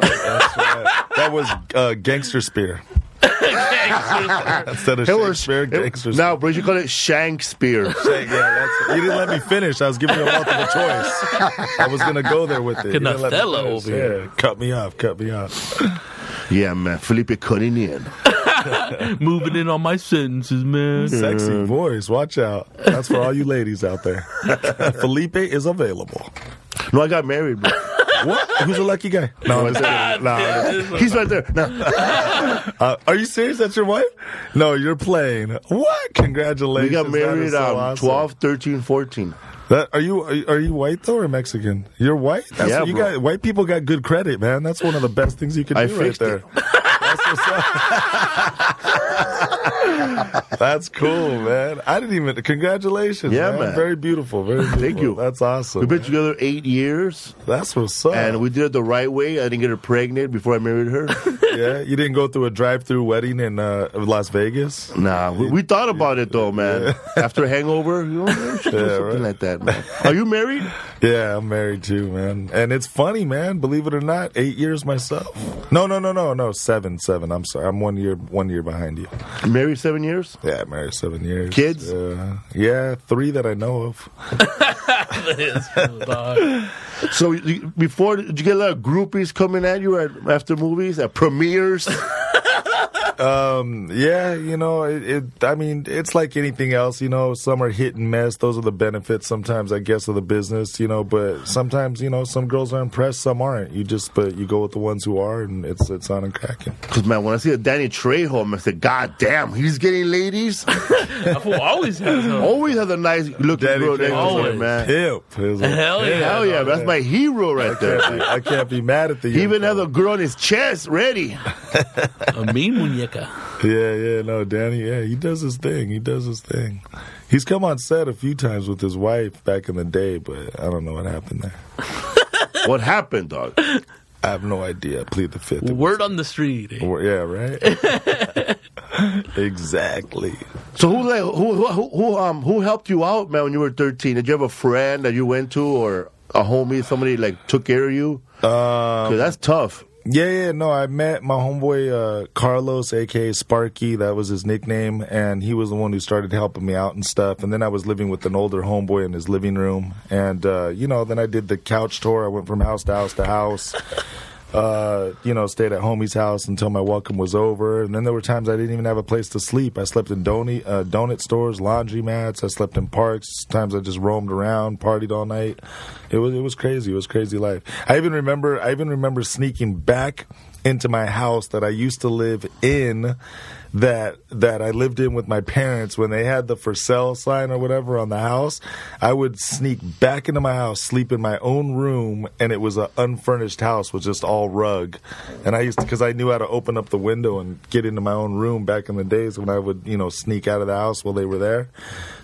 Speaker 4: *laughs*
Speaker 9: that was uh, gangster spear. Instead of
Speaker 7: It was
Speaker 9: Shakespeare,
Speaker 7: it-
Speaker 9: gangster
Speaker 7: no, bro. You call
Speaker 4: *laughs*
Speaker 7: it Shakespeare.
Speaker 9: spear. Yeah, that's, you didn't let me finish. I was giving you a multiple choice. I was gonna go there with it. You didn't let me
Speaker 4: Canastello
Speaker 9: finish.
Speaker 4: over here.
Speaker 9: Yeah, cut me off. Cut me off.
Speaker 7: yeah, man. Felipe cutting in.
Speaker 4: Moving in on my sentences, man.
Speaker 9: Sexy voice. Watch out. That's for all you ladies out there. *laughs* Felipe is available.
Speaker 7: No, I got
Speaker 4: *laughs*
Speaker 7: married, bro.
Speaker 9: What? Who's the lucky guy? No, I'm just kidding. No, I'm just-
Speaker 7: He's right there. No,
Speaker 9: Uh, are you serious? That's your wife? No, you're playing. What?
Speaker 7: we
Speaker 9: Congratulations.
Speaker 7: got
Speaker 9: That is
Speaker 7: married
Speaker 9: so
Speaker 7: um,
Speaker 9: awesome.
Speaker 7: 12, 13, 14.
Speaker 9: That, are you are you- are you white though or Mexican? You're white. That's
Speaker 7: Yeah,
Speaker 9: what you
Speaker 7: bro.
Speaker 9: got. White people got good credit, man. That's one of the best things you can
Speaker 7: I
Speaker 9: do right
Speaker 7: fixed
Speaker 9: there.
Speaker 7: it.
Speaker 9: *laughs* That's what's up. *laughs* That's cool, man. I didn't even. Congratulations,
Speaker 7: Yeah,
Speaker 9: man.
Speaker 7: man.
Speaker 9: Very beautiful. Very beautiful.
Speaker 7: Thank you.
Speaker 9: That's awesome.
Speaker 7: We've been together eight years,
Speaker 9: That's what's up.
Speaker 7: and we did it the right way. I didn't get her pregnant before I married
Speaker 9: *laughs*
Speaker 7: her.
Speaker 9: yeah, you didn't go through a drive-through wedding in uh, Las Vegas.
Speaker 7: nah, we, we thought about it though, man. *laughs* After hangover,
Speaker 9: *laughs*
Speaker 7: you know, we should do
Speaker 9: Yeah,
Speaker 7: something
Speaker 9: right.
Speaker 7: like that, man. Are you married?
Speaker 9: Yeah, I'm married too, man. And it's funny, man. Believe it or not, eight years myself. No, no, no, no, no. Seven, seven. I'm sorry. I'm one year, one year behind you.
Speaker 7: Married seven years?
Speaker 9: Yeah, I'm married seven years.
Speaker 7: Kids?
Speaker 9: Uh, yeah, three that I know of.
Speaker 4: This fool, dog.
Speaker 7: So you, before, did you get a lot of groupies coming at you at, after movies, at premieres?
Speaker 9: *laughs* Yeah, you know, it, it. I mean, it's like anything else. You know, some are hit and miss. Those are the benefits sometimes, I guess, of the business. You know, but sometimes, you know, some girls are impressed, some aren't. You just, but you go with the ones who are, and it's it's on and cracking.
Speaker 7: Because man, when I see a Danny Trejo, I said, God damn, he's getting ladies.
Speaker 4: That fool always has. huh?
Speaker 7: Always has a nice looking
Speaker 9: Danny
Speaker 7: girl.
Speaker 9: Trejo.
Speaker 7: next to him,
Speaker 4: Always.
Speaker 7: man.
Speaker 9: Pimp. is a-
Speaker 4: Hell yeah.
Speaker 7: Hell yeah, that's my hero right there.
Speaker 9: Can't be- I can't be mad at the.
Speaker 7: He
Speaker 9: young
Speaker 7: even
Speaker 9: fella.
Speaker 7: has a girl on his chest
Speaker 9: *laughs*
Speaker 7: ready.
Speaker 4: A mean muñeca.
Speaker 9: Yeah, yeah, no, Danny, yeah, he does his thing. He does his thing. He's come on set a few times with his wife back in the day, but I don't know what happened there.
Speaker 7: What happened, dog?
Speaker 9: I have no idea. I plead the fifth. It
Speaker 4: Word on the street. eh?
Speaker 9: was- yeah, right. *laughs* exactly.
Speaker 7: So who like who who- who who um who helped you out, man, when you were thirteen? Did you have a friend that you went to or a homie, somebody like took care of you?
Speaker 9: Um,
Speaker 7: 'Cause that's tough.
Speaker 9: Yeah, yeah, no, I met my homeboy uh, Carlos, aka Sparky. That was his nickname, and he was the one who started helping me out and stuff. And then I was living with an older homeboy in his living room, and uh, you know, then I did the couch tour. I went from house to house to house. Uh, you know, stayed at homie's house until my welcome was over, and then there were times I didn't even have a place to sleep. I slept in donut uh, donut stores, laundromats. I slept in parks. Times I just roamed around, partied all night. It was it was crazy. It was crazy life. I even remember I even remember sneaking back into my house that I used to live in that that I lived in with my parents when they had the for sale sign or whatever on the house I would sneak back into my house sleep in my own room and it was an unfurnished house with just all rug and I used to cuz I knew how to open up the window and get into my own room back in the days when I would you know sneak out of the house while they were there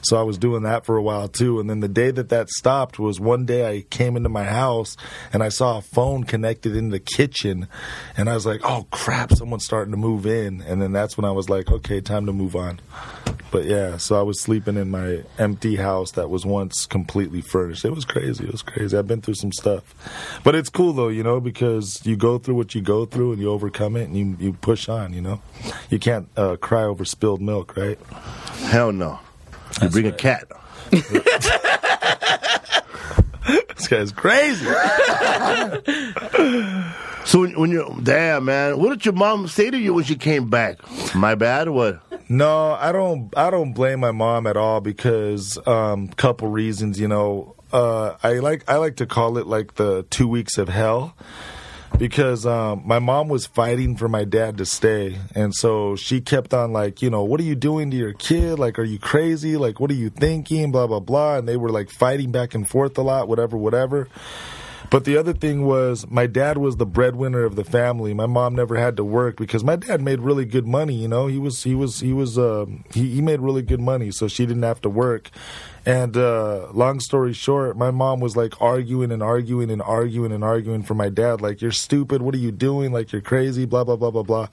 Speaker 9: so I was doing that for a while too and then the day that that stopped was one day I came into my house and I saw a phone connected in the kitchen and And I was like, oh crap, someone's starting to move in. And then that's when I was like, okay, time to move on. But yeah, so I was sleeping in my empty house that was once completely furnished. It was crazy. It was crazy. I've been through some stuff. But it's cool though, you know, because you go through what you go through and you overcome it and you, you push on, you know? You can't uh, cry over spilled milk, right?
Speaker 7: Hell no. You bring a cat.
Speaker 9: This guy's crazy.
Speaker 7: So when, when you're damn man, what did your mom say to you when she came back? My bad. What?
Speaker 9: No, I don't. I don't blame my mom at all because um, couple reasons. You know, uh, I like I like to call it like the two weeks of hell because um, my mom was fighting for my dad to stay, and so she kept on like, you know, what are you doing to your kid? Like, are you crazy? Like, what are you thinking? Blah blah blah. And they were like fighting back and forth a lot. Whatever, whatever. But the other thing was, my dad was the breadwinner of the family. My mom never had to work because my dad made really good money. You know, he was he was he was um he, he made really good money, so she didn't have to work. And uh, long story short, my mom was like arguing and arguing and arguing and arguing for my dad, like you're stupid. What are you doing? Like you're crazy. Blah blah blah blah blah.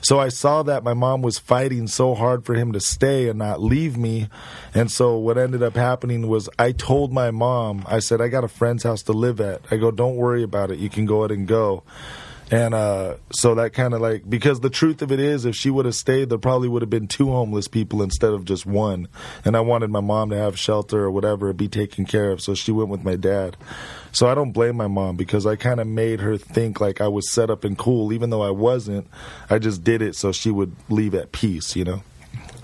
Speaker 9: So I saw that my mom was fighting so hard for him to stay and not leave me. And so what ended up happening was I told my mom, I said, I got a friend's house to live at. I go, don't worry about it. You can go ahead and go. And uh, so that kind of like, because the truth of it is, if she would have stayed, there probably would have been two homeless people instead of just one. And I wanted my mom to have shelter or whatever, be taken care of. So she went with my dad. So I don't blame my mom because I kind of made her think like I was set up and cool, even though I wasn't. I just did it so she would leave at peace, you know.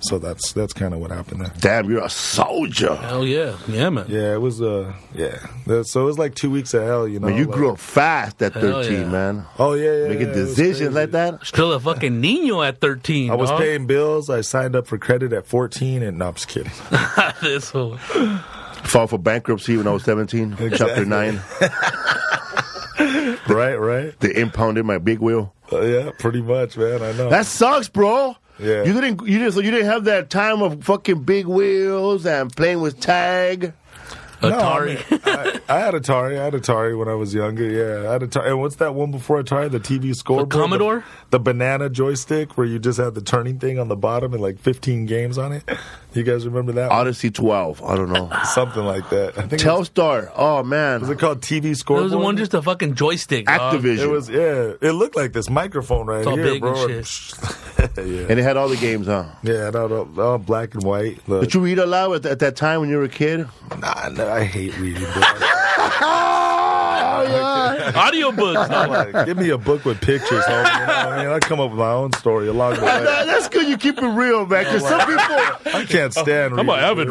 Speaker 9: So that's that's kind of what happened there.
Speaker 7: Damn, you're a soldier.
Speaker 4: Hell yeah, yeah, man.
Speaker 9: Yeah, it was uh yeah. That- So it was like two weeks of hell, you know.
Speaker 7: Man, you
Speaker 9: like-
Speaker 7: grew up fast at
Speaker 4: Hell
Speaker 7: 13,
Speaker 4: yeah.
Speaker 7: man.
Speaker 9: Oh yeah, yeah.
Speaker 7: Making
Speaker 9: yeah, it was
Speaker 7: decisions like
Speaker 9: crazy.
Speaker 7: that.
Speaker 4: Still a fucking Nino at thirteen.
Speaker 9: I
Speaker 4: *laughs*
Speaker 9: was
Speaker 4: dog.
Speaker 9: paying bills. I signed up for credit at 14, and no, I'm just kidding. *laughs*
Speaker 4: this whole.
Speaker 7: Filed for bankruptcy when I was
Speaker 9: *laughs*
Speaker 7: 17. Chapter 9.
Speaker 9: right, right.
Speaker 7: They impounded my big wheel.
Speaker 9: Uh, yeah, pretty much, man. I know.
Speaker 7: That sucks, bro.
Speaker 9: Yeah.
Speaker 7: You didn't. You didn't. So you didn't have that time of fucking big wheels and playing with tag.
Speaker 9: No, I
Speaker 4: Atari.
Speaker 9: mean, *laughs* I, I had Atari. I had Atari when I was younger. Yeah, I had Atari. And what's that one before Atari? The TV scoreboard,
Speaker 4: Commodore?
Speaker 9: the, the banana joystick, where you just had the turning thing on the bottom and like 15 games on it. You guys remember that? one?
Speaker 7: Odyssey 12. I don't
Speaker 9: *laughs*
Speaker 7: know.
Speaker 9: Something like that. I think. it was,
Speaker 7: Telstar. Oh man.
Speaker 9: was it called TV
Speaker 4: There
Speaker 9: scoreboard?
Speaker 4: was the one just a fucking joystick. dog.
Speaker 7: Activision.
Speaker 9: It was. Yeah, it looked like this microphone right
Speaker 4: It's all
Speaker 9: here,
Speaker 4: big
Speaker 9: bro.
Speaker 4: and
Speaker 9: *laughs* yeah,
Speaker 7: and it had all the games, huh?
Speaker 9: yeah, no, no, all black and white. Look.
Speaker 7: Did you read aloud at, at that time when you were a kid?
Speaker 9: Nah, nah, I hate reading books.
Speaker 4: *laughs* Audiobooks. dog.
Speaker 9: *laughs* I'm like, give me a book with pictures, homie. You know what I mean, I come up with my own story along the
Speaker 7: Nah,
Speaker 9: way.
Speaker 7: that's good. You keep it real, man. Because some people,
Speaker 9: I can't stand.
Speaker 4: I'm an
Speaker 9: reading.
Speaker 4: avid
Speaker 9: *laughs*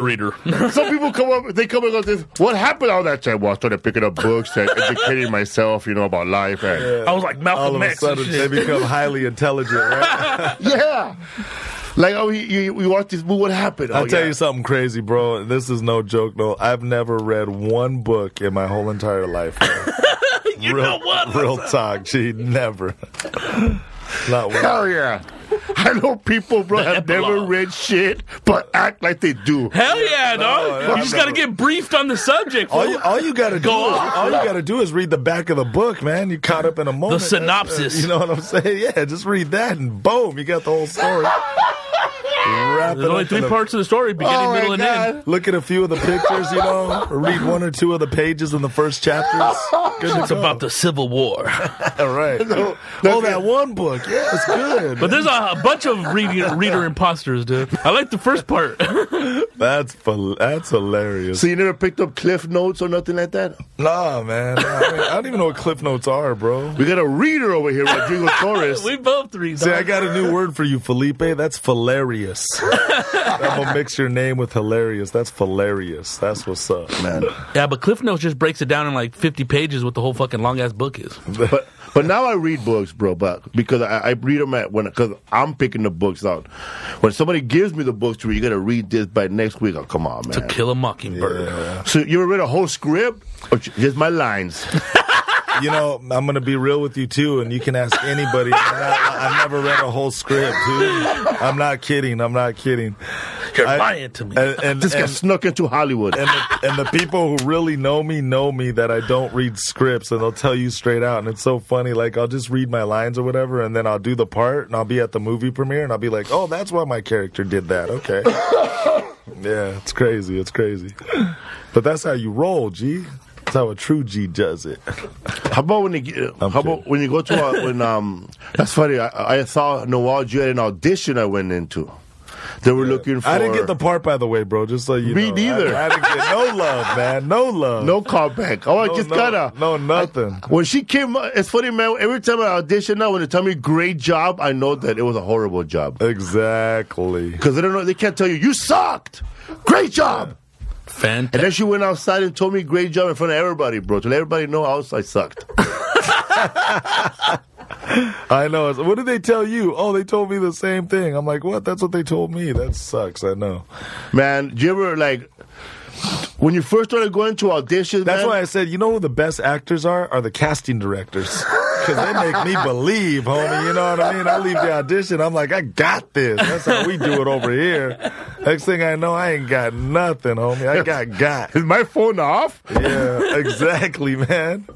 Speaker 4: reader.
Speaker 7: some people come up, they come up with this. What happened all that time? Well, I started picking up books and educating myself, you know, about life. And
Speaker 4: I was like
Speaker 9: all
Speaker 4: Malcolm
Speaker 9: of a
Speaker 4: X. and
Speaker 9: sudden they
Speaker 4: shit.
Speaker 9: become highly intelligent. Right?
Speaker 7: yeah, like oh, you, you, you watch this movie. What happened?
Speaker 9: I'll
Speaker 7: oh,
Speaker 9: tell
Speaker 7: yeah.
Speaker 9: you something crazy, bro. This is no joke. No, I've never read one book in my whole entire life. you real,
Speaker 4: know what?
Speaker 9: Real talk, G. Never. Not one.
Speaker 7: Hell yeah. I know people, bro, have never
Speaker 4: epilogue.
Speaker 7: read shit, but act like they do.
Speaker 4: Hell
Speaker 9: Oh,
Speaker 4: yeah, dog.
Speaker 9: no,
Speaker 4: you just gotta
Speaker 9: never-
Speaker 4: get briefed on the subject.
Speaker 9: All
Speaker 4: fool.
Speaker 9: you, all you gotta do,
Speaker 4: Go
Speaker 9: is,
Speaker 4: on.
Speaker 9: all you gotta do is read the back of the book, man. You caught up in a moment. uh,
Speaker 4: synopsis.
Speaker 9: You know what I'm saying? Yeah, just read that, and boom, you got the
Speaker 4: *laughs*
Speaker 9: whole story. Wrap it
Speaker 4: There's only
Speaker 9: up
Speaker 4: three
Speaker 9: in a-
Speaker 4: parts of the story: beginning,
Speaker 7: Oh my
Speaker 4: middle, and
Speaker 7: God.
Speaker 4: end.
Speaker 9: Look at a few of the pictures,
Speaker 4: *laughs*
Speaker 9: you know. or Read one or two of the pages in the first chapters. Good to
Speaker 4: It's
Speaker 9: go.
Speaker 4: about the Civil
Speaker 9: *laughs*
Speaker 4: War. *laughs*
Speaker 9: All right. Oh, that one book. Yeah, it's good.
Speaker 4: But there's a, a bunch of reader, reader imposters, dude. I like the first part.
Speaker 9: that's fil- that's hilarious.
Speaker 7: So you never picked up Cliff Notes or nothing like that?
Speaker 9: Nah, man. Nah, I, mean, I don't even know what cliff notes are, bro.
Speaker 7: We got a reader over here,
Speaker 9: *laughs*
Speaker 7: Rodrigo Torres.
Speaker 4: *laughs* we both read.
Speaker 9: See, I
Speaker 4: dog.
Speaker 9: got a new word for you, Felipe. That's
Speaker 4: *laughs*
Speaker 9: hilarious. I'm gonna mix your name with hilarious. That's hilarious. That's what's up.
Speaker 7: Man.
Speaker 4: yeah, but Cliff Notes just breaks it down in like 50 pages. What the whole fucking long ass book is.
Speaker 7: But but now I read books, bro. But because I, I read them at when because I'm picking the books out. When somebody gives me the books to read, you got to read this by next week. Oh, come on, man.
Speaker 4: Kill a Mockingbird.
Speaker 7: So you ever read a whole script or ju- just my lines? *laughs*
Speaker 9: You know, I'm gonna be real with you too, and you can ask anybody. I'm not- I've never read a whole script, dude. I'm not kidding. I'm not kidding.
Speaker 4: You're
Speaker 9: I-
Speaker 4: lying to me.
Speaker 9: And, and,
Speaker 7: This guy
Speaker 9: and-
Speaker 7: snuck into Hollywood.
Speaker 9: and the, and the people who really know me know me that I don't read scripts and they'll tell you straight out. And it's so funny. Like, I'll just read my lines or whatever, and then I'll do the part and I'll be at the movie premiere and I'll be like, oh, that's why my character did
Speaker 7: *laughs*
Speaker 9: that. Okay. yeah, it's crazy. It's crazy. But that's how you roll, G. That's how a true G does it.
Speaker 7: How about when you get- how
Speaker 9: I'm
Speaker 7: about
Speaker 9: kidding.
Speaker 7: when you go to a,
Speaker 9: *laughs*
Speaker 7: when um that's funny I, I saw Noel G at an audition I went into. They were looking for
Speaker 9: I didn't get the part, by the way, bro, just so you
Speaker 7: Me
Speaker 9: know.
Speaker 7: neither.
Speaker 9: I, I didn't get no love, man. No love.
Speaker 7: *laughs* no callback. Oh, I
Speaker 9: No,
Speaker 7: just
Speaker 9: no,
Speaker 7: got a
Speaker 9: No, nothing.
Speaker 7: When she came, up- it's funny, man. Every time I audition now, when they tell me great job, I know that it was a horrible job
Speaker 9: exactly.
Speaker 7: because they don't know. They can't tell you you sucked. Great job. And
Speaker 4: Fantastic.
Speaker 7: then she went outside and told me great job in front of everybody, bro, to let everybody know how else I sucked.
Speaker 9: I know. It's- What did they tell you? Oh, they told me the same thing. I'm like, what? That's what they told me. That sucks. I know.
Speaker 7: man, do you ever like when you first started going to auditions?
Speaker 9: That's
Speaker 7: man,
Speaker 9: why I said, you know who the best actors are? Are the casting directors. Because they make me believe, homie. You know what I mean? I leave the audition. I'm like, I got this. That's how we do it over here. Next thing I know, I ain't got nothing, homie. I got got.
Speaker 7: is my phone off?
Speaker 9: Yeah, exactly, man.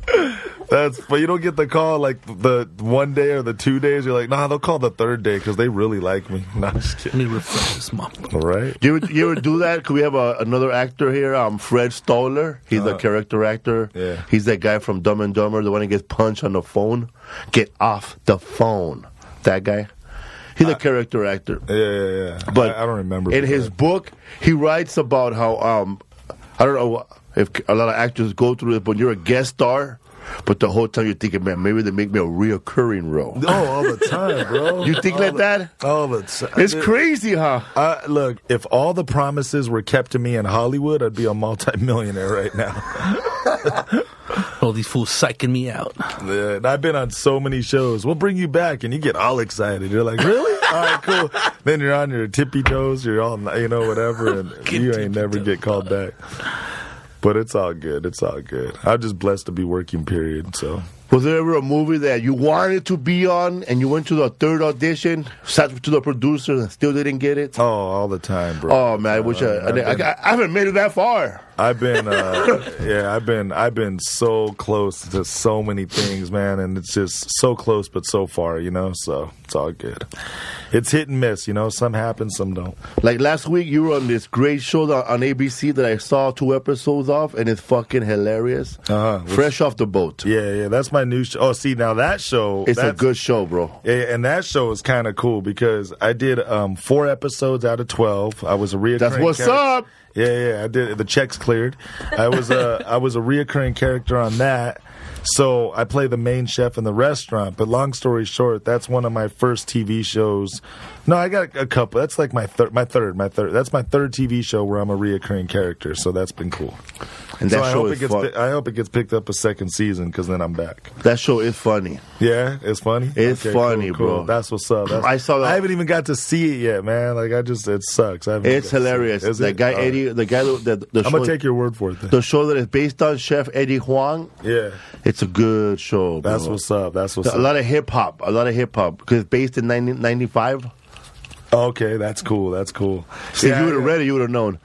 Speaker 9: That's but you don't get the call like the one day or the two days. You're like, nah, they'll call the third day because they really like me. Nah, just kidding.
Speaker 4: Let me refresh this mom.
Speaker 9: All right.
Speaker 7: You ever, you ever do that? 'Cause we have a, another actor here, um, Fred Stoller. He's a character actor.
Speaker 9: Uh-huh. Yeah.
Speaker 7: He's that guy from Dumb and Dumber, the one that gets punched on the phone. Get off the phone. That guy. He's a character actor.
Speaker 9: Yeah, yeah, yeah.
Speaker 7: But
Speaker 9: I, I don't remember.
Speaker 7: In his book, he writes about how um, I don't know if a lot of actors go through this, but you're a guest star, but the whole time you're thinking, man, maybe they make me a reoccurring
Speaker 9: *laughs*
Speaker 7: role.
Speaker 9: oh, all the time, bro.
Speaker 7: *laughs* You think
Speaker 9: all
Speaker 7: like
Speaker 9: the-
Speaker 7: that?
Speaker 9: All the time.
Speaker 7: It's crazy, huh?
Speaker 9: Uh, look, if all the promises were kept to me in Hollywood, I'd be a multimillionaire right now. *laughs*
Speaker 4: All these fools psyching me out.
Speaker 9: Yeah, and I've been on so many shows. We'll bring you back, and you get all excited. You're like, really? all right, cool. Then you're on your tippy toes. You're all, you know, whatever, and
Speaker 4: Get
Speaker 9: you
Speaker 4: tippy
Speaker 9: ain't never get called back. But it's all good. It's all good. I'm just blessed to be working. Period. So.
Speaker 7: Was there ever a movie that you wanted to be on and you went to the third audition, sat to the producer and still didn't get it?
Speaker 9: Oh, all the time, bro.
Speaker 7: Oh man, I wish I,
Speaker 9: Uh, I've
Speaker 7: I,
Speaker 9: been-
Speaker 7: I, I haven't made it that far.
Speaker 9: I've
Speaker 7: *laughs*
Speaker 9: been, uh, yeah, I've been, I've been so close to so many things, man, and it's just so close but so far, you know. So it's all good. It's hit and miss, you know. Some happen, some don't.
Speaker 7: Like last week, you were on this great show that, on ABC that I saw two episodes of, and it's fucking hilarious.
Speaker 9: Uh-huh.
Speaker 7: Fresh off the boat.
Speaker 9: Yeah, yeah, that's my new show. Oh, see, now that show,
Speaker 7: It's a
Speaker 9: that's-
Speaker 7: good show, bro.
Speaker 9: Yeah, and that show is kind of cool because I did um, four episodes out of twelve. I was a reoccurring.
Speaker 7: That's what's
Speaker 9: character-
Speaker 7: up.
Speaker 9: Yeah, yeah. I did the checks cleared. I was a I was a reoccurring character on that. So I play the main chef in the restaurant. But long story short, that's one of my first TV shows. No, I got a couple. That's like my third, my third, my third. That's my third TV show where I'm a reoccurring character. So that's been cool.
Speaker 7: And
Speaker 9: so
Speaker 7: that
Speaker 9: I
Speaker 7: show
Speaker 9: hope
Speaker 7: is
Speaker 9: it gets
Speaker 7: fun.
Speaker 9: pi- I hope it gets picked up a second season because then I'm back.
Speaker 7: that show is funny.
Speaker 9: Yeah, it's funny.
Speaker 7: It's funny, bro.
Speaker 9: That's what's up. That's-
Speaker 7: I saw that.
Speaker 9: I haven't even got to see it yet, man. Like I just, it sucks. I haven't
Speaker 7: It's
Speaker 9: got to see it.
Speaker 7: hilarious.
Speaker 9: Is
Speaker 7: That
Speaker 9: it?
Speaker 7: guy
Speaker 9: All right.
Speaker 7: Eddie, the guy that the
Speaker 9: I'm
Speaker 7: show,
Speaker 9: gonna take your word for it. Then.
Speaker 7: the show that is based on Chef Eddie Huang.
Speaker 9: Yeah,
Speaker 7: It's a good show. Bro.
Speaker 9: that's what's up. That's what's
Speaker 7: a
Speaker 9: up.
Speaker 7: lot of hip hop, a lot of hip hop because it's based in 1995.
Speaker 9: okay, that's cool. That's cool.
Speaker 7: So if
Speaker 9: Yeah,
Speaker 7: you would have
Speaker 9: yeah.
Speaker 7: read it, you would have known.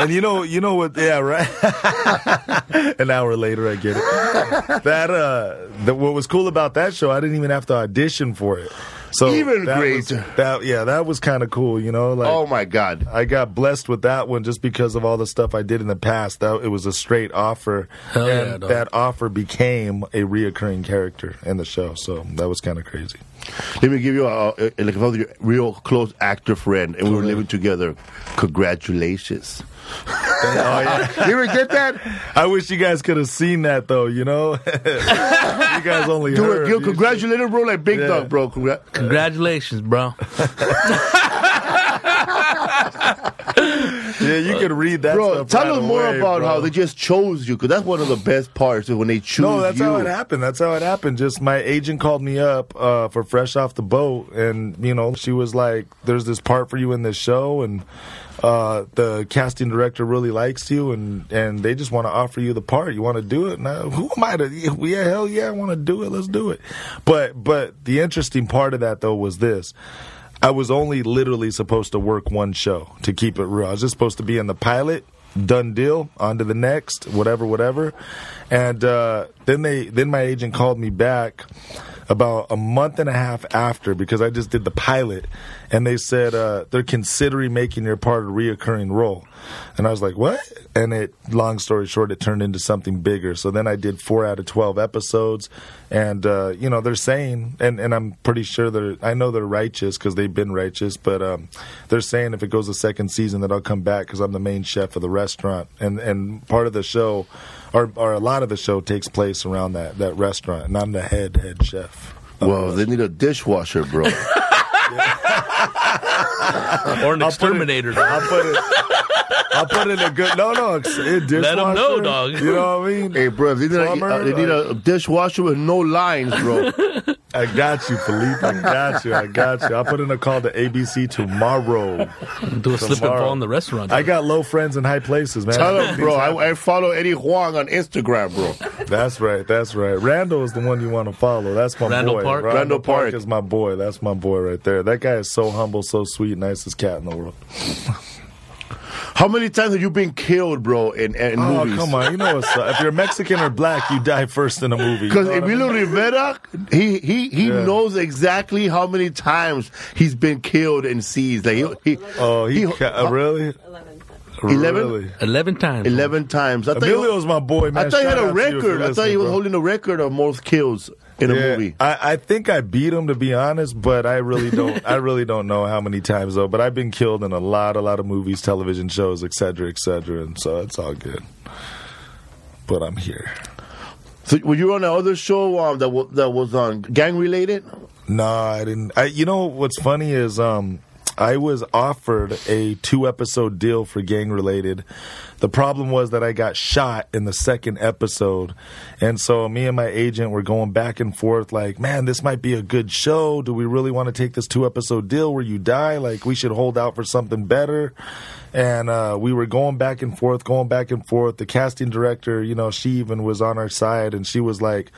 Speaker 9: And you know, you know what? Yeah, right. *laughs* An hour later, I get it. that uh, the, what was cool about that show? I didn't even have to audition for it. So
Speaker 7: Even
Speaker 9: that was-
Speaker 7: greater.
Speaker 9: that yeah, that was kind of cool. You know, like
Speaker 7: oh my god!
Speaker 9: I got blessed with that one just because of all the stuff I did in the past. That it was a straight offer,
Speaker 4: Hell yeah,
Speaker 9: and
Speaker 4: dog.
Speaker 9: that offer became a reoccurring character in the show. So that was kind of crazy.
Speaker 7: Let me give you a, a like if I was your real close actor friend and we were living together.
Speaker 9: *laughs*
Speaker 7: Congratulations!
Speaker 9: Oh,
Speaker 7: *laughs* you ever get that?
Speaker 9: I wish you guys could have seen that though. You know, *laughs* you guys only
Speaker 7: Do
Speaker 9: heard.
Speaker 7: it, you
Speaker 9: You-
Speaker 7: congratulate him, bro, like Big
Speaker 9: Yeah.
Speaker 7: Dog, bro. Congra-
Speaker 4: Congratulations, bro.
Speaker 9: yeah, you could read that.
Speaker 7: Uh, Bro,
Speaker 9: stuff
Speaker 7: tell
Speaker 9: right
Speaker 7: us more
Speaker 9: away,
Speaker 7: about
Speaker 9: bro.
Speaker 7: how they just chose you because that's one of the best parts is when they choose
Speaker 9: No, that's
Speaker 7: you.
Speaker 9: how it happened. That's how it happened. Just my agent called me up uh, for Fresh Off the Boat, and you know she was like, "There's this part for you in this show, and uh, the casting director really likes you, and and they just want to offer you the part. You want to do it? And I, who am I to? Yeah, hell yeah, I want to do it. Let's do it. But but the interesting part of that though was this. I was only literally supposed to work one show to keep it real. I was just supposed to be in the pilot, done deal, on to the next, whatever, whatever. And uh, then they, then my agent called me back about a month and a half after because I just did the pilot, and they said uh, they're considering making your part a reoccurring role, and I was like, what? And it, long story short, it turned into something bigger. So then I did four out of twelve episodes, and uh, you know they're saying, and and I'm pretty sure they're, I know they're righteous because they've been righteous, but um, they're saying if it goes a second season that I'll come back because I'm the main chef of the restaurant, and and part of the show. Or, or a lot of the show takes place around that, that restaurant, and I'm the head head chef.
Speaker 7: Well, they need a dishwasher, bro.
Speaker 9: *laughs*
Speaker 4: or an exterminator.
Speaker 9: I put it. I put in a good no no. It dishwasher,
Speaker 4: Let 'em know, dog.
Speaker 9: You know what I mean?
Speaker 7: hey, bro, they need, a,
Speaker 9: Plumber,
Speaker 7: uh, they need a dishwasher with no lines, bro.
Speaker 9: I got you, Felipe. I got you. I got you. I put in a call to ABC tomorrow.
Speaker 4: Do a slip and
Speaker 9: Tomorrow.
Speaker 4: fall in the restaurant.
Speaker 9: I got low friends in high places, man.
Speaker 7: Tell them, bro. I, I follow Eddie Huang on Instagram, bro.
Speaker 9: That's right. That's right. Randall is the one you want to follow. That's my
Speaker 4: Randall
Speaker 9: boy.
Speaker 4: Park?
Speaker 7: Randall Park.
Speaker 9: is my boy. That's my boy right there. That guy is so humble, so sweet, nicest cat in the world.
Speaker 7: How many times have you been killed, bro, in, in
Speaker 9: Oh
Speaker 7: movies?
Speaker 9: come on! You know what's up. If you're Mexican or black, you die first in a movie. You
Speaker 7: Because
Speaker 9: know what I mean?
Speaker 7: Emilio Rivera, he he he
Speaker 9: Yeah.
Speaker 7: knows exactly how many times he's been killed and seized. Like he, he
Speaker 9: Oh, he,
Speaker 7: He-
Speaker 9: ca- uh, really?
Speaker 7: 11?
Speaker 9: Really?
Speaker 4: eleven times.
Speaker 7: eleven times. I thought he-
Speaker 9: Emilio's my boy, man.
Speaker 7: I thought he had
Speaker 9: Shout
Speaker 7: a
Speaker 9: out to you for
Speaker 7: record. I thought he
Speaker 9: listening,
Speaker 7: was
Speaker 9: bro.
Speaker 7: holding a record of most kills in
Speaker 9: Yeah,
Speaker 7: a movie.
Speaker 9: I, I think I beat him to be honest, but I really don't. I really don't know how many times though. But I've been killed in a lot, a lot of movies, television shows, et cetera, et cetera, and so it's all good. But I'm here.
Speaker 7: So were you on the other show um, that w- that was on gang related?
Speaker 9: Nah, I didn't. I, you know what's funny is um, I was offered a two episode deal for gang related. The problem was that I got shot in the second episode, and so me and my agent were going back and forth. Like, man, this might be a good show. Do we really want to take this two episode deal where you die? Like, we should hold out for something better. And uh, we were going back and forth, going back and forth. The casting director, you know, she even was on our side, and she was like,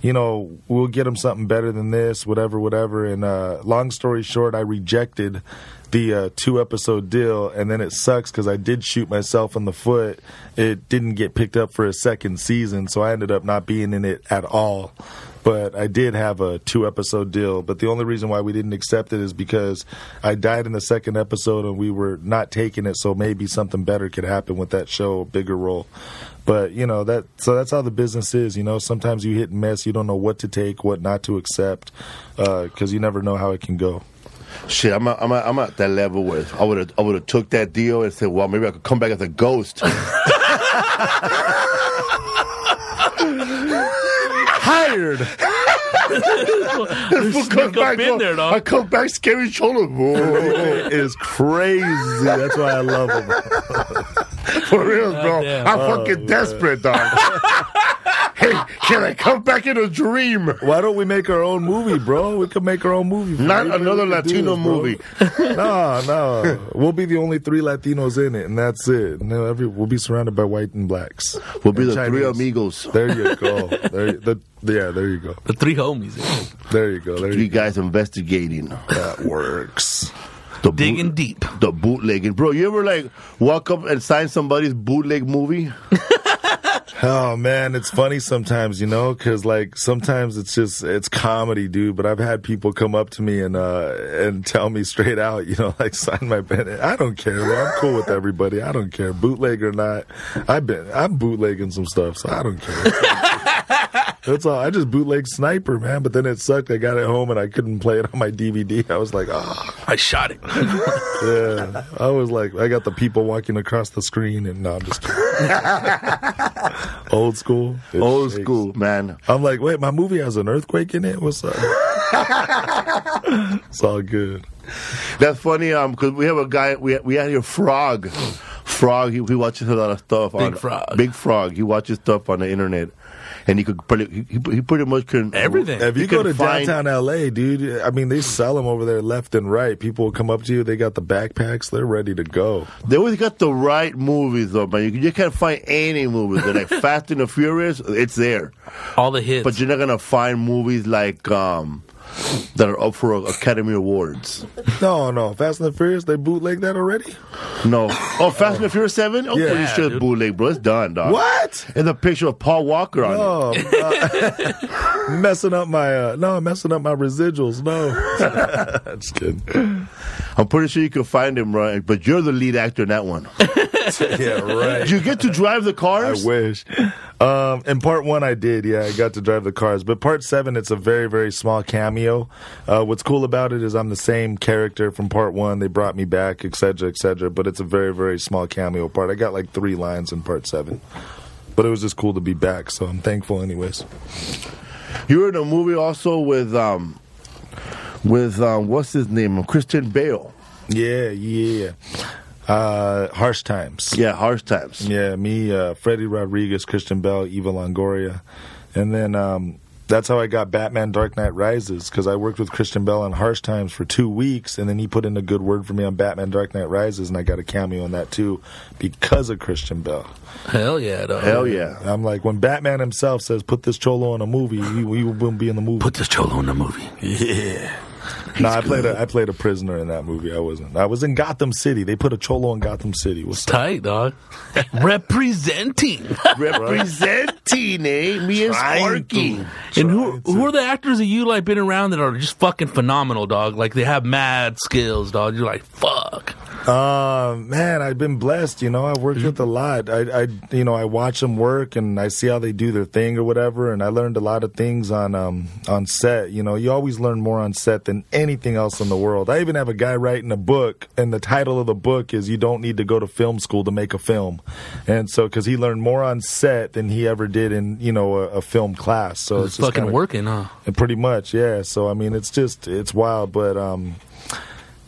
Speaker 9: you know, we'll get him something better than this, whatever, whatever. And uh, long story short, I rejected the uh, two episode deal, and then it sucks because I did shoot myself in the foot. It didn't get picked up for a second season, so I ended up not being in it at all. But I did have a two episode deal. But the only reason why we didn't accept it is because I died in the second episode and we were not taking it. So maybe something better could happen with that show, a bigger role. But you know that so that's how the business is. You know, sometimes you hit and miss. You don't know what to take, what not to accept, because you never know how it can go.
Speaker 7: Shit, I'm at, I'm at, I'm at that level where I would have I would have took that deal and said, well, maybe I could come back as
Speaker 4: *laughs*
Speaker 7: a ghost.
Speaker 9: Hired.
Speaker 7: *laughs* come
Speaker 4: Sneak up in
Speaker 7: bro.
Speaker 4: there,
Speaker 7: I
Speaker 4: dog.
Speaker 7: come back scary shoulder. Whoa.
Speaker 9: is crazy. That's why I love him.
Speaker 7: *laughs* For real, bro.
Speaker 4: damn.
Speaker 7: I'm fucking
Speaker 4: Oh,
Speaker 7: desperate, dog.
Speaker 4: *laughs*
Speaker 7: hey, can I come back in a dream?
Speaker 9: Why don't we make our own movie, bro? We could make our own movie.
Speaker 7: Not
Speaker 9: Maybe
Speaker 7: another
Speaker 9: we could do
Speaker 7: Latino
Speaker 9: this, bro.
Speaker 7: movie.
Speaker 9: *laughs* no, no. We'll be the only three Latinos in it, and that's it. No, every we'll be surrounded by white and blacks.
Speaker 7: We'll be
Speaker 9: And
Speaker 7: the three
Speaker 9: Chinese.
Speaker 7: amigos.
Speaker 9: There you go. There, the, yeah, there you go.
Speaker 4: The three homies.
Speaker 9: There you go. There
Speaker 7: Three
Speaker 9: you go.
Speaker 7: guys investigating
Speaker 9: That works.
Speaker 7: the
Speaker 4: Digging
Speaker 7: boot-
Speaker 4: deep.
Speaker 7: the bootlegging. Bro, you ever like walk up and sign somebody's bootleg movie?
Speaker 9: Oh man, it's funny sometimes, you know, because like sometimes it's just it's comedy, dude. But I've had people come up to me and uh and tell me straight out, you know, *laughs* like sign my pen. I don't care. Bro. I'm cool with everybody. I don't care, bootleg or not. I've been I'm bootlegging some stuff, so I don't care. That's all. I just bootleg sniper, man. But then it sucked. I got it home and I couldn't play it on my DVD. I was like, ah,
Speaker 4: I shot it.
Speaker 9: yeah. I was like, I got the people walking across the screen, and no, I'm just kidding. old school. It
Speaker 7: Old
Speaker 9: shakes.
Speaker 7: school, man.
Speaker 9: I'm like, wait, my movie has an earthquake in it. What's up? it's all good.
Speaker 7: That's funny, um, because we have a guy we we had here Frog, Frog. He, he watches a lot of stuff. on,
Speaker 4: Frog.
Speaker 7: Big Frog. He watches stuff on the internet, and he could pretty he, he pretty much can
Speaker 4: Everything.
Speaker 9: If you,
Speaker 7: You
Speaker 9: go
Speaker 7: can
Speaker 9: to
Speaker 7: find-
Speaker 9: downtown LA, dude, I mean, they sell them over there left and right. People will come up to you. They got the backpacks. They're ready to go.
Speaker 7: They always got the right movies though, man. You, you can't find any movies.
Speaker 4: *laughs*
Speaker 7: They're like Fast and the Furious. It's there,
Speaker 4: All the hits.
Speaker 7: but you're not gonna find movies like um that are up for Academy Awards.
Speaker 9: No, no. Fast and the Furious, they bootleg that already?
Speaker 7: No. Oh, Fast and the Furious 7? Oh,
Speaker 9: Yeah.
Speaker 7: pretty sure it's bootleg, bro. It's done, dog.
Speaker 9: What?
Speaker 7: And the picture of Paul Walker on it.
Speaker 9: Oh, uh, *laughs* messing up my uh, no, messing up my residuals. No, *laughs* that's good.
Speaker 7: I'm pretty sure you can find him, right? But you're the lead actor in that one.
Speaker 9: Yeah, right.
Speaker 7: you get to drive the
Speaker 9: *laughs* I
Speaker 7: cars?
Speaker 9: wish. Um, in part one, I did. Yeah, I got to drive the cars. But part seven, it's a very, very small cameo. Uh, what's cool about it is I'm the same character from part one. They brought me back, etc., cetera, etc. Cetera, but it's a very, very small cameo part. I got like three lines in part seven. But it was just cool to be back, so I'm thankful, anyways.
Speaker 7: You were in a movie also with, um, with um, what's his name? Christian Bale.
Speaker 9: Yeah, yeah. Uh, harsh times.
Speaker 7: Yeah, Harsh Times.
Speaker 9: Yeah, me, uh, Freddie Rodriguez, Christian Bell, Eva Longoria, and then um, that's how I got Batman: Dark Knight Rises because I worked with Christian Bell on Harsh Times for two weeks, and then he put in a good word for me on Batman: Dark Knight Rises, and I got a cameo on that too because of Christian Bell.
Speaker 4: Hell yeah, dog.
Speaker 7: Hell
Speaker 9: *laughs*
Speaker 7: yeah.
Speaker 9: I'm like, when Batman himself says, "Put this cholo in a movie," you, you wouldn't be in the movie.
Speaker 4: Put this cholo in the movie.
Speaker 9: no, I played a I played a prisoner in that movie. I wasn't. I was in Gotham City. They put a cholo in Gotham City. What's
Speaker 4: Tight, dog. Representing.
Speaker 7: Representing, eh? Me and Sparky.
Speaker 4: And who who are the actors that you like been around that are just fucking phenomenal, dog? Like they have mad skills, dog. You're like, fuck.
Speaker 9: Uh, man, I've been blessed. You know, I've worked with a lot. I, I, you know, I watch them work and I see how they do their thing or whatever. And I learned a lot of things on, um, on set. You know, you always learn more on set than anything else in the world. I even have a guy writing a book, and the title of the book is "You Don't Need to Go to Film School to Make a Film," and so because he learned more on set than he ever did in you know a, a film class. So
Speaker 4: It's,
Speaker 9: Oh, it's just
Speaker 4: fucking
Speaker 9: kinda-
Speaker 4: working, huh?
Speaker 9: and pretty much, yeah. So I mean, it's just it's wild, but um,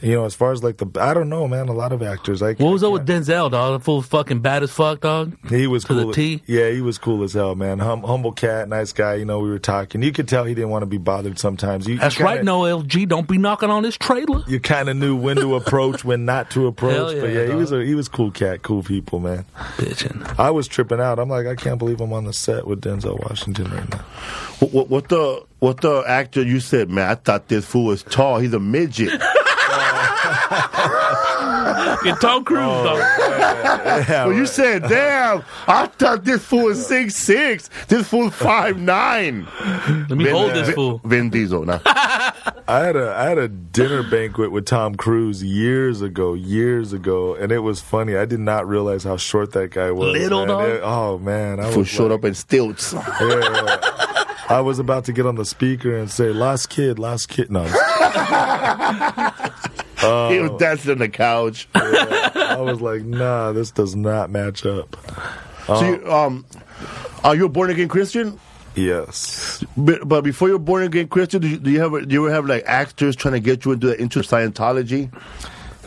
Speaker 9: you know, as far as like the I don't know, man. A lot of actors, like
Speaker 4: What was up with Denzel, dog? The fool fucking bad as fuck, dog.
Speaker 9: he was
Speaker 4: to the
Speaker 9: cool.
Speaker 4: T?
Speaker 9: Yeah, he was cool as hell, man. Hum, humble cat, nice guy. You know, we were talking. You could tell he didn't want to be bothered sometimes. You,
Speaker 4: That's
Speaker 9: you kinda,
Speaker 4: right, no LG. Don't be knocking on this trailer.
Speaker 9: You kind of knew when to approach, when not to approach.
Speaker 4: Hell
Speaker 9: but
Speaker 4: yeah,
Speaker 9: yeah, he was
Speaker 4: dog.
Speaker 9: a he was cool cat, cool people, man.
Speaker 4: Bitching.
Speaker 9: I was tripping out. I'm like, I can't believe I'm on the set with Denzel Washington right now. *laughs*
Speaker 7: What, what, what the what the actor you said, man? I thought this fool was tall. He's a midget.
Speaker 4: And Tom Cruise,
Speaker 7: Oh.
Speaker 4: dog.
Speaker 7: Well, Oh, you said, damn, I thought this fool was six six. This fool five nine.
Speaker 4: Let me hold this fool.
Speaker 7: Vin Diesel. Nah.
Speaker 9: I had a I had a dinner banquet with Tom Cruise years ago, years ago, and it was funny. I did not realize how short that guy was.
Speaker 4: Little
Speaker 9: man.
Speaker 4: dog?
Speaker 9: It- oh man, I
Speaker 7: fool
Speaker 9: was
Speaker 7: showed
Speaker 9: like-
Speaker 7: up in stilts.
Speaker 9: Yeah. I was about to get on the speaker and say, "Lost kid, lost kid." No, I
Speaker 7: He was dancing on the couch.
Speaker 9: was like, "Nah, this does not match up."
Speaker 7: So you, um, are you a born again Christian?
Speaker 9: Yes.
Speaker 7: But, but before you're born again Christian, do you, do you have do you ever have like actors trying to get you into the into Scientology?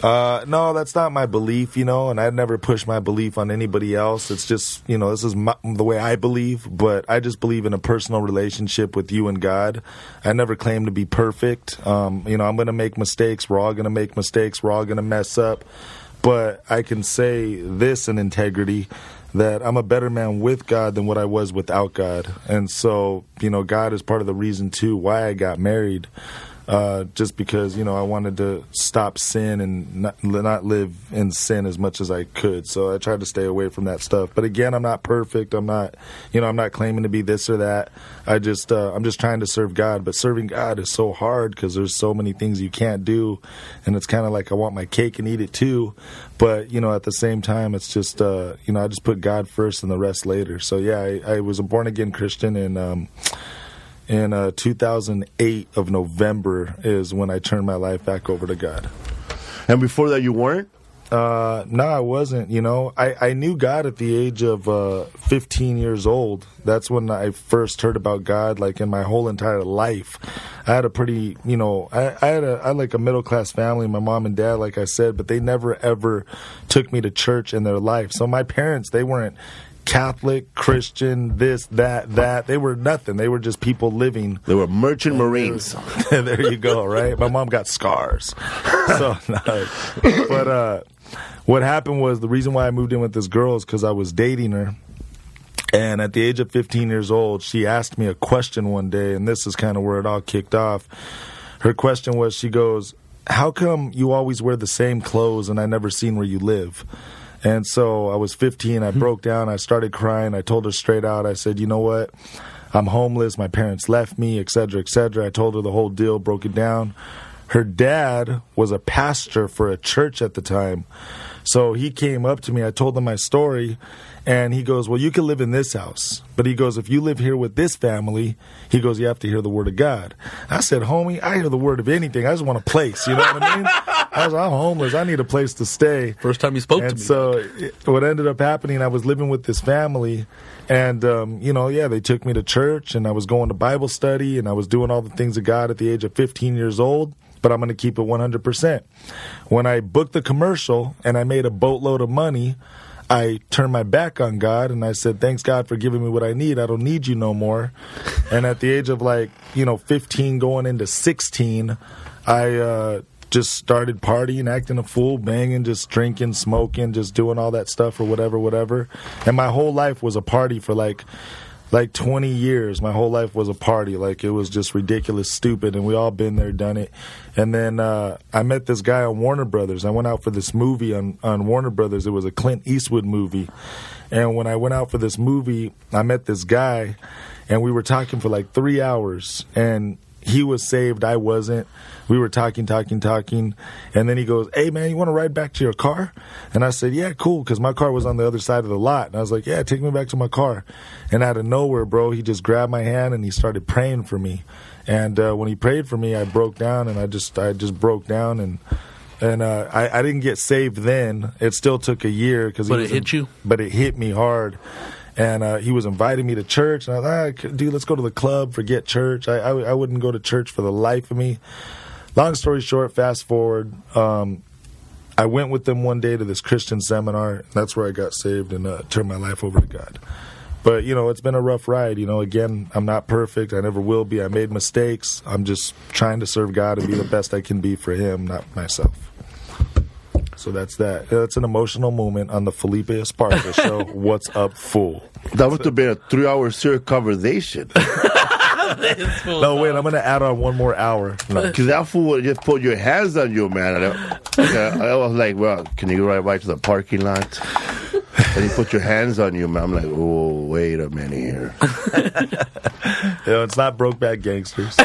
Speaker 9: Uh, no, that's not my belief, you know, and I never push my belief on anybody else. It's just, you know, this is my, the way I believe, but I just believe in a personal relationship with you and God. I never claim to be perfect. Um, you know, I'm going to make mistakes. We're all going to make mistakes. We're all going to mess up. But I can say this in integrity that I'm a better man with God than what I was without God. And so, you know, God is part of the reason, too, why I got married uh, just because you know I wanted to stop sin and not, not live in sin as much as I could. So I tried to stay away from that stuff. But again, I'm not perfect. I'm not, you know, I'm not claiming to be this or that. I just, uh, I'm just trying to serve God. But serving God is so hard because there's so many things you can't do, and it's kind of like I want my cake and eat it too. But you know, at the same time, it's just, uh, you know, I just put God first and the rest later. So yeah, I, I was a born again Christian and. Um, in uh, 2008 of November is when I turned my life back over to God.
Speaker 7: And before that, you weren't.
Speaker 9: Uh, no, I wasn't. You know, I, I knew God at the age of uh, 15 years old. That's when I first heard about God, like in my whole entire life. I had a pretty, you know, I, I had a, I had like a middle class family, my mom and dad, like I said, but they never ever took me to church in their life. So my parents, they weren't Catholic, Christian, this, that, that. They were nothing. They were just people living
Speaker 7: They were merchant marines.
Speaker 9: *laughs* there you go, right? My mom got scars. So, no. but uh, what happened was the reason why I moved in with this girl is because I was dating her. And at the age of 15 years old, she asked me a question one day, and this is kind of where it all kicked off. Her question was, she goes, "How come you always wear the same clothes, and I never seen where you live?" And so I was 15. I broke down. I started crying. I told her straight out. I said, "You know what? I'm homeless. My parents left me, et cetera, et cetera." I told her the whole deal, broke it down. Her dad was a pastor for a church at the time. So he came up to me. I told him my story, and he goes, "Well, you can live in this house, but he goes, if you live here with this family, he goes, you have to hear the word of God." I said, "Homie, I hear the word of anything. I just want a place. You know what I mean? I was, I'm homeless. I need a place to stay."
Speaker 4: First time you spoke to
Speaker 9: and
Speaker 4: me.
Speaker 9: so it- what ended up happening, I was living with this family, and um, you know, yeah, they took me to church, and I was going to Bible study, and I was doing all the things of God at the age of 15 years old. But I'm going to keep it 100%. When I booked the commercial and I made a boatload of money, I turned my back on God and I said, Thanks God for giving me what I need. I don't need you no more. and at the age of like, you know, 15 going into 16, I uh, just started partying, acting a fool, banging, just drinking, smoking, just doing all that stuff or whatever, whatever. And my whole life was a party for like like 20 years my whole life was a party like it was just ridiculous stupid and we all been there done it and then uh, i met this guy on warner brothers i went out for this movie on, on warner brothers it was a clint eastwood movie and when i went out for this movie i met this guy and we were talking for like three hours and he was saved i wasn't we were talking talking talking and then he goes hey man you want to ride back to your car and i said yeah cool because my car was on the other side of the lot and i was like yeah take me back to my car and out of nowhere bro he just grabbed my hand and he started praying for me and uh, when he prayed for me i broke down and i just i just broke down and and uh, I, I didn't get saved then. It still took a year because
Speaker 4: But it hit you?
Speaker 9: but it hit me hard. And uh, he was inviting me to church, and I was like, ah, dude, let's go to the club, forget church. I, I, I wouldn't go to church for the life of me. Long story short, fast forward, um, I went with them one day to this Christian seminar. That's where I got saved and uh, turned my life over to God. But, you know, it's been a rough ride. You know, again, I'm not perfect. I never will be. I made mistakes. I'm just trying to serve God and be the best I can be for Him, not myself. So that's that. That's an emotional moment on the Felipe Esparza show. What's up, fool?
Speaker 7: That must have been a three-hour serious conversation.
Speaker 9: No, wait. I'm gonna add on one more hour. No.
Speaker 7: Because that fool would just put your hands on you, man. And I, like, I, I was like, well, can you go right by to the parking lot? And he put your hands on you, man. I'm like, oh, wait a minute here.
Speaker 9: You know, it's not Brokeback Gangsters.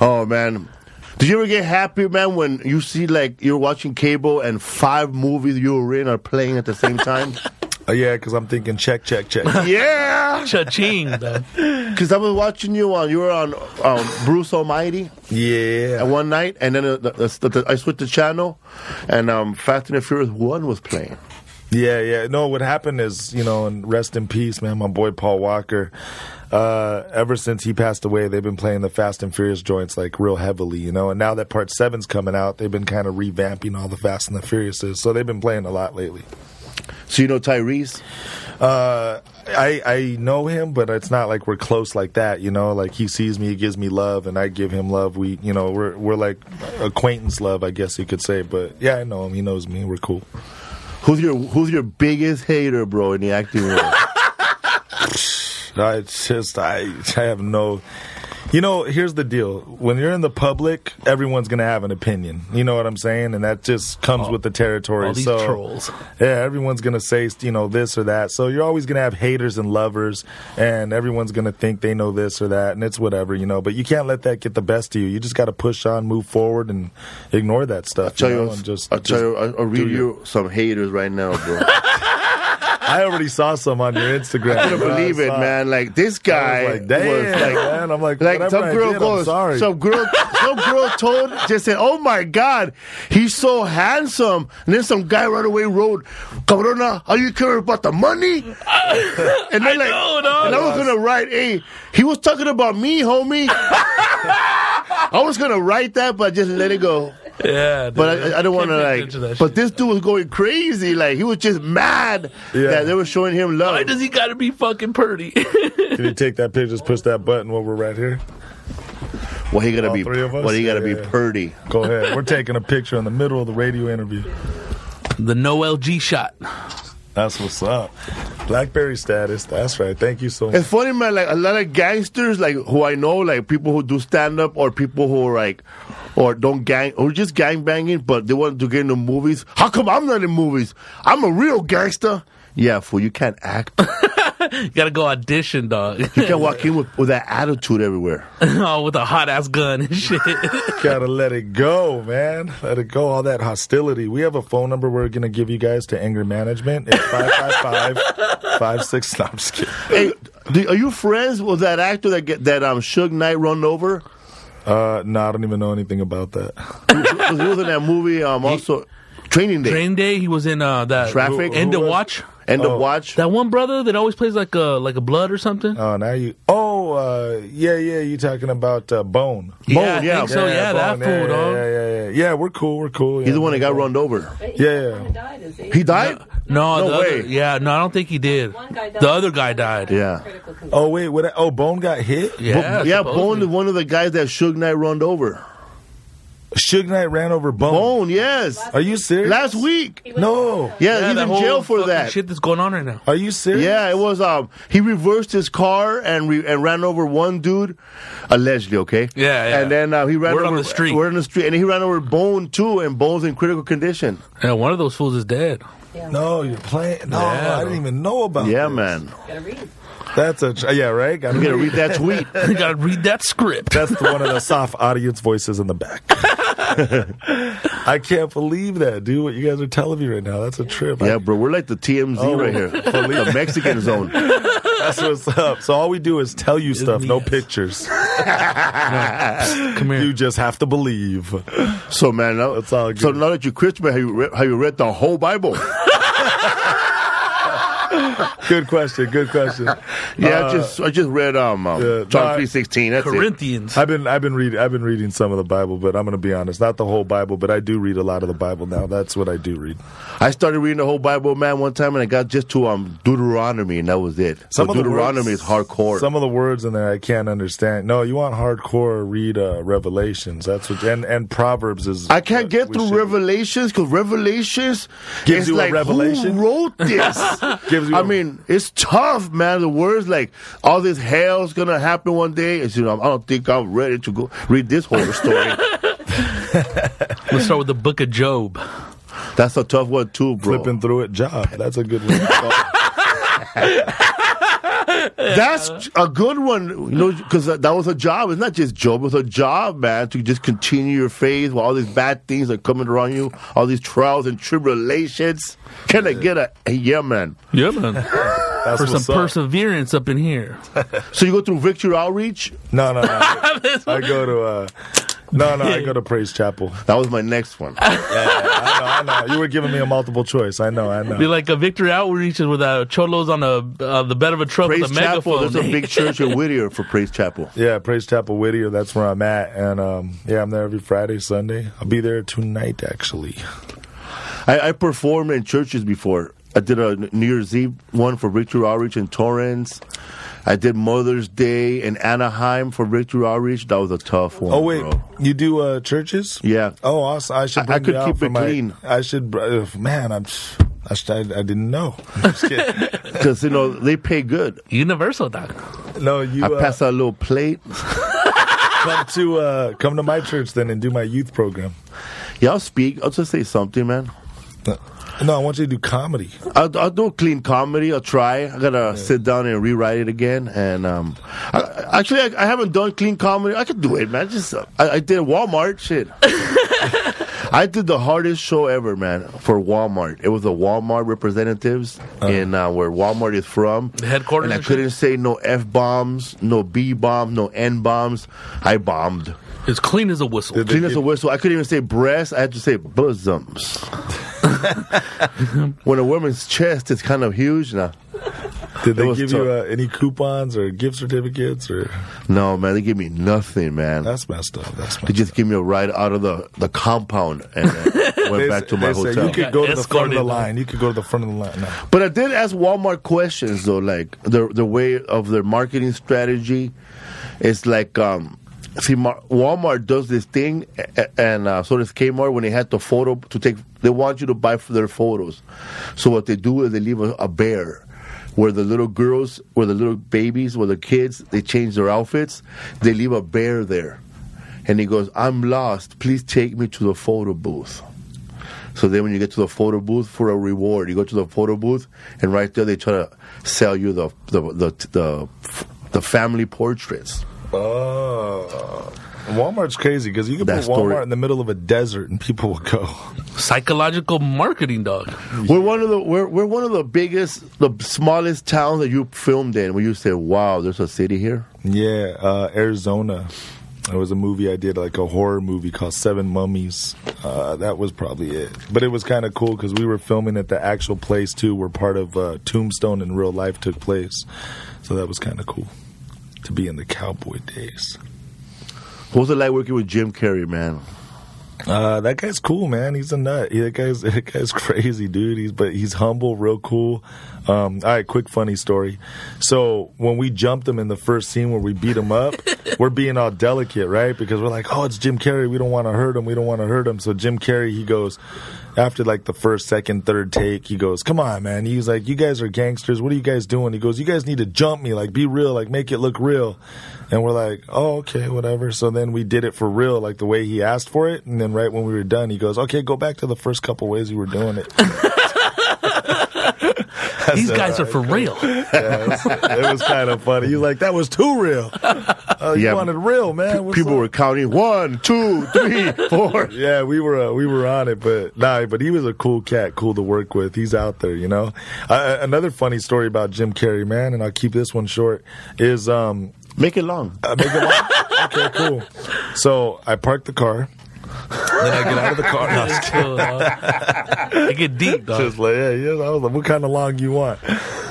Speaker 7: Oh, man. Did you ever get happy, man, when you see, like, you're watching cable and five movies you were in are playing at the same time?
Speaker 9: Uh, yeah, because I'm thinking check, check, check.
Speaker 7: yeah!
Speaker 4: Cha-ching,
Speaker 7: *laughs*
Speaker 4: dog.
Speaker 7: Because I was watching you on, you were on um, Bruce Almighty. at
Speaker 9: Yeah.
Speaker 7: one night, and then uh, the, the, the, I switched the channel, and um, Fast and the Furious One was playing.
Speaker 9: Yeah, yeah. No, what happened is, you know, and rest in peace, man. My boy Paul Walker. Uh, ever since he passed away, they've been playing the Fast and Furious joints like real heavily, you know. And now that Part Seven's coming out, they've been kind of revamping all the Fast and the Furiouses. So they've been playing a lot lately.
Speaker 7: So you know Tyrese,
Speaker 9: Uh, I I know him, but it's not like we're close like that. You know, like he sees me, he gives me love, and I give him love. We, you know, we're we're like acquaintance love, I guess you could say. But yeah, I know him. He knows me. We're cool.
Speaker 7: who's your who's your biggest hater, bro, in the acting
Speaker 9: *laughs*
Speaker 7: world?
Speaker 9: I it's just I *laughs* I have no. You know, here's the deal. When you're in the public, everyone's gonna have an opinion. You know what I'm saying, and that just comes with the territory.
Speaker 4: all these
Speaker 9: so,
Speaker 4: trolls.
Speaker 9: yeah, everyone's gonna say you know this or that. So you're always gonna have haters and lovers, and everyone's gonna think they know this or that, and it's whatever you know. But you can't let that get the best of you. You just gotta push on, move forward, and ignore that stuff.
Speaker 7: I'll tell
Speaker 9: you
Speaker 7: you,
Speaker 9: know, and just,
Speaker 7: I'll tell
Speaker 9: just
Speaker 7: you, I'll, I'll read
Speaker 9: do your-
Speaker 7: you some haters right now,
Speaker 9: *laughs*
Speaker 7: bro.
Speaker 9: I already saw some on your Instagram.
Speaker 7: I couldn't believe it,
Speaker 9: saw-
Speaker 7: man. Like this
Speaker 9: I
Speaker 7: guy
Speaker 9: was like, damn,
Speaker 7: was like,
Speaker 9: man. I'm like,
Speaker 7: like
Speaker 9: whatever
Speaker 7: some
Speaker 9: I
Speaker 7: girl
Speaker 9: did, I'm
Speaker 7: goes,
Speaker 9: sorry.
Speaker 7: some girl, some girl told, just said, "Oh my God, he's so handsome." And then some guy right away wrote, "Cabrona, are you caring about the
Speaker 9: *laughs*
Speaker 7: money?" and then like,
Speaker 4: know, dog.
Speaker 7: and I was gonna write, "Hey, he was talking about me,
Speaker 9: *laughs*
Speaker 7: homie." I was gonna write that, but I just let it go.
Speaker 4: Yeah, dude.
Speaker 7: But I, I don't want
Speaker 4: Can't pay
Speaker 7: to like.
Speaker 4: attention to that
Speaker 7: But
Speaker 4: shit.
Speaker 7: this dude was going crazy. Like he was just mad
Speaker 9: Yeah.
Speaker 7: that they were showing him love.
Speaker 4: Why does he gotta be fucking *laughs* pretty?
Speaker 9: Can you take that picture? Just push that button while we're right here.
Speaker 7: Well, he gotta
Speaker 9: All
Speaker 7: be.
Speaker 9: three of us?
Speaker 7: Well, he gotta
Speaker 9: Yeah,
Speaker 7: be
Speaker 9: yeah.
Speaker 7: purdy.
Speaker 9: Go ahead. We're taking a picture in the middle of the radio interview.
Speaker 4: the no LG shot.
Speaker 9: That's what's up. Blackberry status. That's right. Thank you so much. *laughs*
Speaker 7: It's funny, man. Like a lot of gangsters, like who I know, like people who do stand up or people who are like, or don't gang, or just gang banging, but they want to get into movies. How come I'm not in movies? I'm a real gangster. Yeah, fool, you can't act.
Speaker 4: You gotta go audition, dog. *laughs*
Speaker 7: You can't walk in with, with that attitude everywhere.
Speaker 4: oh, with a hot ass gun and
Speaker 7: *laughs*
Speaker 4: shit.
Speaker 9: Gotta let it go, man. Let it go. All that hostility. We have a phone number we're gonna give you guys to anger management. *laughs* It's 555 56. No, I'm just kidding.
Speaker 7: hey, do, are you friends with that actor that get, that um Suge Knight run over?
Speaker 9: Uh, no, I don't even know anything about that.
Speaker 7: Who who- who was in that movie? Um, also Training Day.
Speaker 4: Train Oh. Day, he was in uh, that
Speaker 7: Traffic?
Speaker 4: End
Speaker 7: Who
Speaker 4: of
Speaker 7: was-
Speaker 4: Watch.
Speaker 7: End of watch.
Speaker 4: That one brother that always plays like a like a blood or something.
Speaker 9: Oh, now you. Oh, uh, yeah, yeah. You talking about uh, Bone?
Speaker 4: yeah, I
Speaker 7: yeah.
Speaker 4: think so. Oh, Yeah, that
Speaker 9: Bone.
Speaker 4: fool,
Speaker 9: yeah,
Speaker 4: dog.
Speaker 9: Yeah, yeah, yeah, yeah. Yeah, we're cool. We're cool.
Speaker 7: He's
Speaker 9: yeah.
Speaker 7: the one that got run over.
Speaker 9: Yeah, yeah.
Speaker 7: He died.
Speaker 4: No,
Speaker 7: No
Speaker 4: the
Speaker 7: way.
Speaker 4: Other, yeah, no, I don't think he did. The other guy died.
Speaker 7: Yeah.
Speaker 9: Oh wait, what? Oh, Bone got hit.
Speaker 4: yeah,
Speaker 7: yeah, Bone
Speaker 4: supposedly.
Speaker 7: is one of the guys that Suge Knight runned over.
Speaker 9: Suge Knight ran over
Speaker 4: Oh.
Speaker 9: Bone.
Speaker 7: Bone, yes.
Speaker 9: Are you serious?
Speaker 7: Last week.
Speaker 9: no.
Speaker 7: Yeah,
Speaker 4: Yeah,
Speaker 7: he's
Speaker 4: that
Speaker 7: in
Speaker 4: whole
Speaker 7: jail for
Speaker 4: fucking
Speaker 7: that.
Speaker 4: shit that's going on right now.
Speaker 9: Are you serious?
Speaker 7: Yeah, it was. Um, he reversed his car and re- and ran over one dude, allegedly. Okay.
Speaker 4: Yeah, yeah.
Speaker 7: And then uh, he ran
Speaker 4: Word on
Speaker 7: over
Speaker 4: the street.
Speaker 7: We're on the street, and he ran over Bone too, and Bone's in critical condition.
Speaker 4: Yeah, one of those fools is
Speaker 7: *laughs*
Speaker 4: dead. *laughs*
Speaker 9: No, you're playing. No,
Speaker 4: Yeah.
Speaker 9: I didn't even know
Speaker 4: Oh,
Speaker 9: about.
Speaker 7: yeah,
Speaker 9: this.
Speaker 7: man.
Speaker 9: That's a. tr- Yeah, right. Got
Speaker 7: I'm gonna read that tweet.
Speaker 4: you gotta read that script.
Speaker 9: That's the one of the soft audience voices in
Speaker 7: *laughs*
Speaker 9: the back. I can't believe that, dude. What you guys are telling me right now. That's a trip.
Speaker 7: yeah, bro, we're like the TMZ
Speaker 9: Oh.
Speaker 7: right
Speaker 9: *laughs*
Speaker 7: here, the Mexican zone.
Speaker 9: That's what's up. So all we do is tell you stuff, no pictures.
Speaker 4: Come here.
Speaker 9: You just have to believe.
Speaker 7: So, man, now,
Speaker 9: That's all good.
Speaker 7: so now that you're Christian, have you read, have you read the whole Bible?
Speaker 9: Good question. Good question.
Speaker 7: *laughs* yeah, I just I just read um, um
Speaker 9: Uh, yeah, no,
Speaker 7: John
Speaker 9: I-
Speaker 7: three sixteen. That's it.
Speaker 4: Corinthians.
Speaker 9: I've been I've been reading I've been reading some of the Bible, but I'm going to be honest, not the whole Bible, but I do read a lot of the Bible now. That's what I do read.
Speaker 7: I started reading the whole Bible, man, one time, and I got just to um Deuteronomy, and that was it. So
Speaker 9: of the
Speaker 7: Deuteronomy
Speaker 9: words-
Speaker 7: is hardcore.
Speaker 9: Some of the words in there I can't understand. No, you want hardcore read uh, Revelations. That's what and and Proverbs is.
Speaker 7: I can't get
Speaker 9: we
Speaker 7: through
Speaker 9: should-
Speaker 7: Revelations because Revelations
Speaker 9: Gives
Speaker 7: it's
Speaker 9: you a
Speaker 7: like,
Speaker 9: revelation?
Speaker 7: Who wrote this?
Speaker 9: *laughs* Gives you
Speaker 7: I
Speaker 9: a-
Speaker 7: mean, it's tough, man. The words like all this hell's gonna happen one day. It's, you know, I don't think I'm ready to go read this whole story.
Speaker 4: Let's start with the Book of Job.
Speaker 7: That's a tough one too, bro.
Speaker 9: Flipping through it, job. That's a good one.
Speaker 7: *laughs*
Speaker 9: Oh,
Speaker 7: That's a good one, you know, because that that was a job. It's not just job; it's a job, man, to just continue your faith while all these bad things are coming around you, all these trials and tribulations. Can I get a, a yeah, man?
Speaker 4: Yeah, *laughs* man.
Speaker 9: that's
Speaker 4: For some
Speaker 9: what's up.
Speaker 4: perseverance up in here.
Speaker 7: So you go through Victory Outreach.
Speaker 9: No, no, no.
Speaker 7: *laughs*
Speaker 9: I go to. Uh, no, no, I go to Praise Chapel.
Speaker 7: That was my next
Speaker 4: *laughs*
Speaker 7: one.
Speaker 9: I know, I know. You were giving me a multiple choice. I know, I
Speaker 4: Be
Speaker 9: know.
Speaker 4: like a victory outreach with uh, cholos on a, uh, the bed of a truck
Speaker 7: Praise
Speaker 4: with a
Speaker 7: Chapel.
Speaker 4: megaphone.
Speaker 7: There's a big church in Whittier for Praise Chapel.
Speaker 9: Yeah, Praise Chapel Whittier. That's where I'm at, and um, yeah, I'm there every Friday, Sunday. I'll be there tonight, actually.
Speaker 7: I, I performed in churches before. I did a New Year's Eve one for Victory Outreach in Torrance. I did Mother's Day in Anaheim for Victory Outreach. That was a tough one.
Speaker 9: Oh wait,
Speaker 7: bro.
Speaker 9: you do uh, churches?
Speaker 7: Yeah.
Speaker 9: Oh, awesome. I should.
Speaker 7: I- I
Speaker 9: Bring
Speaker 7: could
Speaker 9: you out
Speaker 7: keep
Speaker 9: for
Speaker 7: it
Speaker 9: my-
Speaker 7: clean.
Speaker 9: I should. br- Uh, man, I'm. I, should, I, I
Speaker 7: *laughs*
Speaker 9: didn't know. I'm just kidding.
Speaker 7: Because you know they pay good.
Speaker 4: Universal, dog.
Speaker 9: no, you
Speaker 7: I
Speaker 9: uh,
Speaker 7: pass out a little plate.
Speaker 9: come to uh, come to my church then and do my youth program. Uh,
Speaker 7: Yeah, I'll speak. I'll just say something, man.
Speaker 9: No, I want you to do comedy.
Speaker 7: I'll, I'll do clean comedy. I'll try. I gotta sit down and rewrite it again. And um, I- I, actually, I, I haven't done clean comedy. I could do it, man. Just uh, I, I did
Speaker 4: *laughs*
Speaker 7: Walmart shit. I did the hardest show ever, man, for Walmart. It was the Walmart representatives in uh, where Walmart is from.
Speaker 4: Uh-huh. The headquarters
Speaker 7: And I
Speaker 4: and
Speaker 7: couldn't say no f bombs, no b bombs, no n bombs. I bombed.
Speaker 4: It's clean as a whistle.
Speaker 7: Clean as a whistle. I couldn't even say breast. I had to say
Speaker 9: *laughs*
Speaker 7: bosoms. when a woman's chest is kind of huge, now,
Speaker 9: Did
Speaker 7: It
Speaker 9: they
Speaker 7: was
Speaker 9: give you uh, any coupons or gift certificates or?
Speaker 7: no man, they give me nothing, man.
Speaker 9: That's messed up. That's
Speaker 7: they
Speaker 9: messed
Speaker 7: just give me a ride out of the, the compound
Speaker 9: *laughs*
Speaker 7: and uh, went
Speaker 9: They
Speaker 7: back
Speaker 9: s-
Speaker 7: to my
Speaker 9: they say
Speaker 7: hotel.
Speaker 9: You could go to the front of
Speaker 4: Escorted,
Speaker 9: the
Speaker 4: huh?
Speaker 9: line. You could go to the front of the line. No.
Speaker 7: but I did ask Walmart questions though, like the the way of their marketing strategy. It's like um, see, Mar- Walmart does this thing, a- a- and uh, so does Kmart when they had the photo to take. They want you to buy for their photos. So what they do is they leave a, a bear. where the little girls, where the little babies, where the kids, they change their outfits. They leave a bear there, and he goes, "I'm lost. Please take me to the photo booth." So then, when you get to the photo booth for a reward, you go to the photo booth, and right there they try to sell you the the the the, the family portraits.
Speaker 9: Oh. Walmart's crazy because you can
Speaker 7: That
Speaker 9: put Walmart
Speaker 7: story-
Speaker 9: in the middle of a desert and people will go. *laughs*
Speaker 4: Psychological marketing, dog.
Speaker 7: We're one of the we're, we're one of the biggest, the smallest towns that you filmed in. Where you say, "Wow, there's a city here."
Speaker 9: Yeah, uh, Arizona. It was a movie I did, like a horror movie called Seven Mummies. Uh, that was probably it. But it was kind of cool because we were filming at the actual place too, where part of uh, Tombstone in real life took place. So that was kind of cool to be in the cowboy days.
Speaker 7: What was it like working with Jim Carrey, man?
Speaker 9: Uh, that guy's cool, man. He's a nut. Yeah, that guy's *laughs* that guy's crazy, dude. He's but he's humble, real cool. Um, all right, quick funny story. So when we jumped him in the first scene where we beat him up, we're being all delicate, right? Because we're like, oh, it's Jim Carrey. We don't want to hurt him. We don't want to hurt him. So Jim Carrey, he goes after like the first, second, third take, he goes, come on, man. He's like, you guys are gangsters. What are you guys doing? He goes, you guys need to jump me. Like, be real. Like, make it look real. And we're like, oh, okay, whatever. So then we did it for real, like the way he asked for it. And then right when we were done, he goes, okay, go back to the first couple ways you were doing it. *laughs*
Speaker 4: These guys are for real.
Speaker 9: Yeah, it was, it was kind of funny. He's like, that was too real. Uh,
Speaker 7: Yeah.
Speaker 9: You wanted real, man. What's
Speaker 7: People
Speaker 9: up?
Speaker 7: were counting one, two, three, *laughs* four.
Speaker 9: Yeah, we were uh, we were on it, but nah, but he was a cool cat, cool to work with. He's out there, you know. Uh, another funny story about Jim Carrey, man, and I'll keep this one short. Is um,
Speaker 7: Make it long.
Speaker 9: uh, make it long? okay, cool. So I parked the car. Then I get out of the car. No, I'm just kidding.
Speaker 4: Cool, dog. They get
Speaker 9: *laughs*
Speaker 4: deep, dog.
Speaker 9: Just like, yeah, yeah. I was like, what kind of long you want?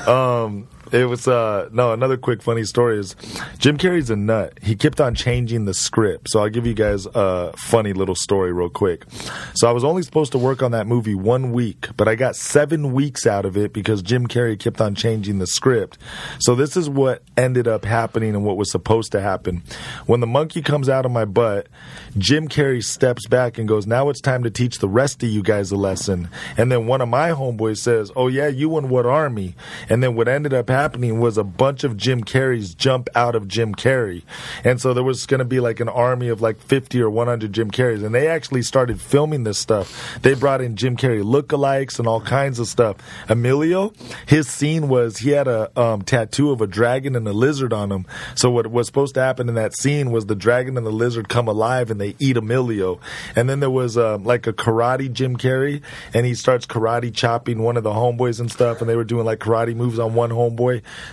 Speaker 9: Um, it was uh no another quick funny story is Jim Carrey's a nut. He kept on changing the script. So I'll give you guys a funny little story real quick. So I was only supposed to work on that movie one week, but I got seven weeks out of it because Jim Carrey kept on changing the script. So this is what ended up happening and what was supposed to happen. When the monkey comes out of my butt, Jim Carrey steps back and goes, Now it's time to teach the rest of you guys a lesson. And then one of my homeboys says, Oh, yeah, you and what army? And then what ended up happening was a bunch of Jim Carrey's jump out of Jim Carrey. And so there was going to be like an army of like 50 or 100 Jim Carreys. And they actually started filming this stuff. They brought in Jim Carrey lookalikes and all kinds of stuff. Emilio, his scene was he had a um, tattoo of a dragon and a lizard on him. So what was supposed to happen in that scene was the dragon and the lizard come alive and they eat Emilio. And then there was um, like a karate Jim Carrey, and he starts karate chopping one of the homeboys and stuff. And they were doing like karate moves on one homeboy.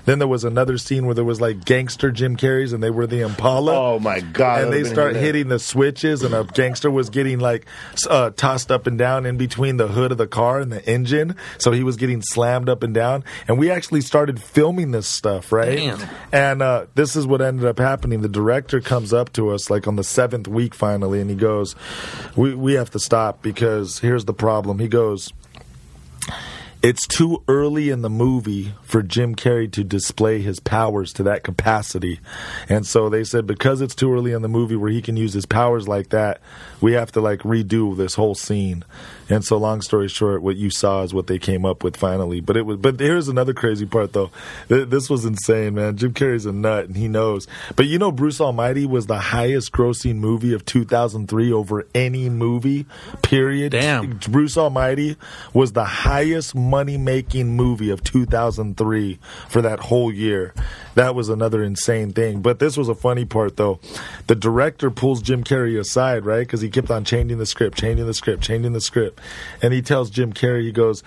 Speaker 9: Then there was another scene where there was like gangster Jim Carreys, and they were the Impala
Speaker 7: Oh my god!
Speaker 9: and
Speaker 7: that'd
Speaker 9: they
Speaker 7: have been
Speaker 9: start
Speaker 7: hilarious.
Speaker 9: hitting the switches, and a gangster was getting like s- uh, tossed up and down in between the hood of the car and the engine, so he was getting slammed up and down. And we actually started filming this stuff, right?
Speaker 4: Damn.
Speaker 9: And uh, this is what ended up happening. The director comes up to us like on the seventh week finally, and he goes, "We we have to stop because here's the problem." He goes. It's too early in the movie for Jim Carrey to display his powers to that capacity. And so they said because it's too early in the movie where he can use his powers like that, we have to like redo this whole scene. And so long story short, what you saw is what they came up with finally. But it was but here's another crazy part though. Th- This was insane, man. Jim Carrey's a nut and he knows. But you know Bruce Almighty was the highest grossing movie of 2003 over any movie period.
Speaker 4: Damn.
Speaker 9: Bruce Almighty was the highest money making movie of 2003 for that whole year. That was another insane thing. But this was a funny part, though. The director pulls Jim Carrey aside, right? Because he kept on changing the script, changing the script, changing the script. And he tells Jim Carrey, he goes,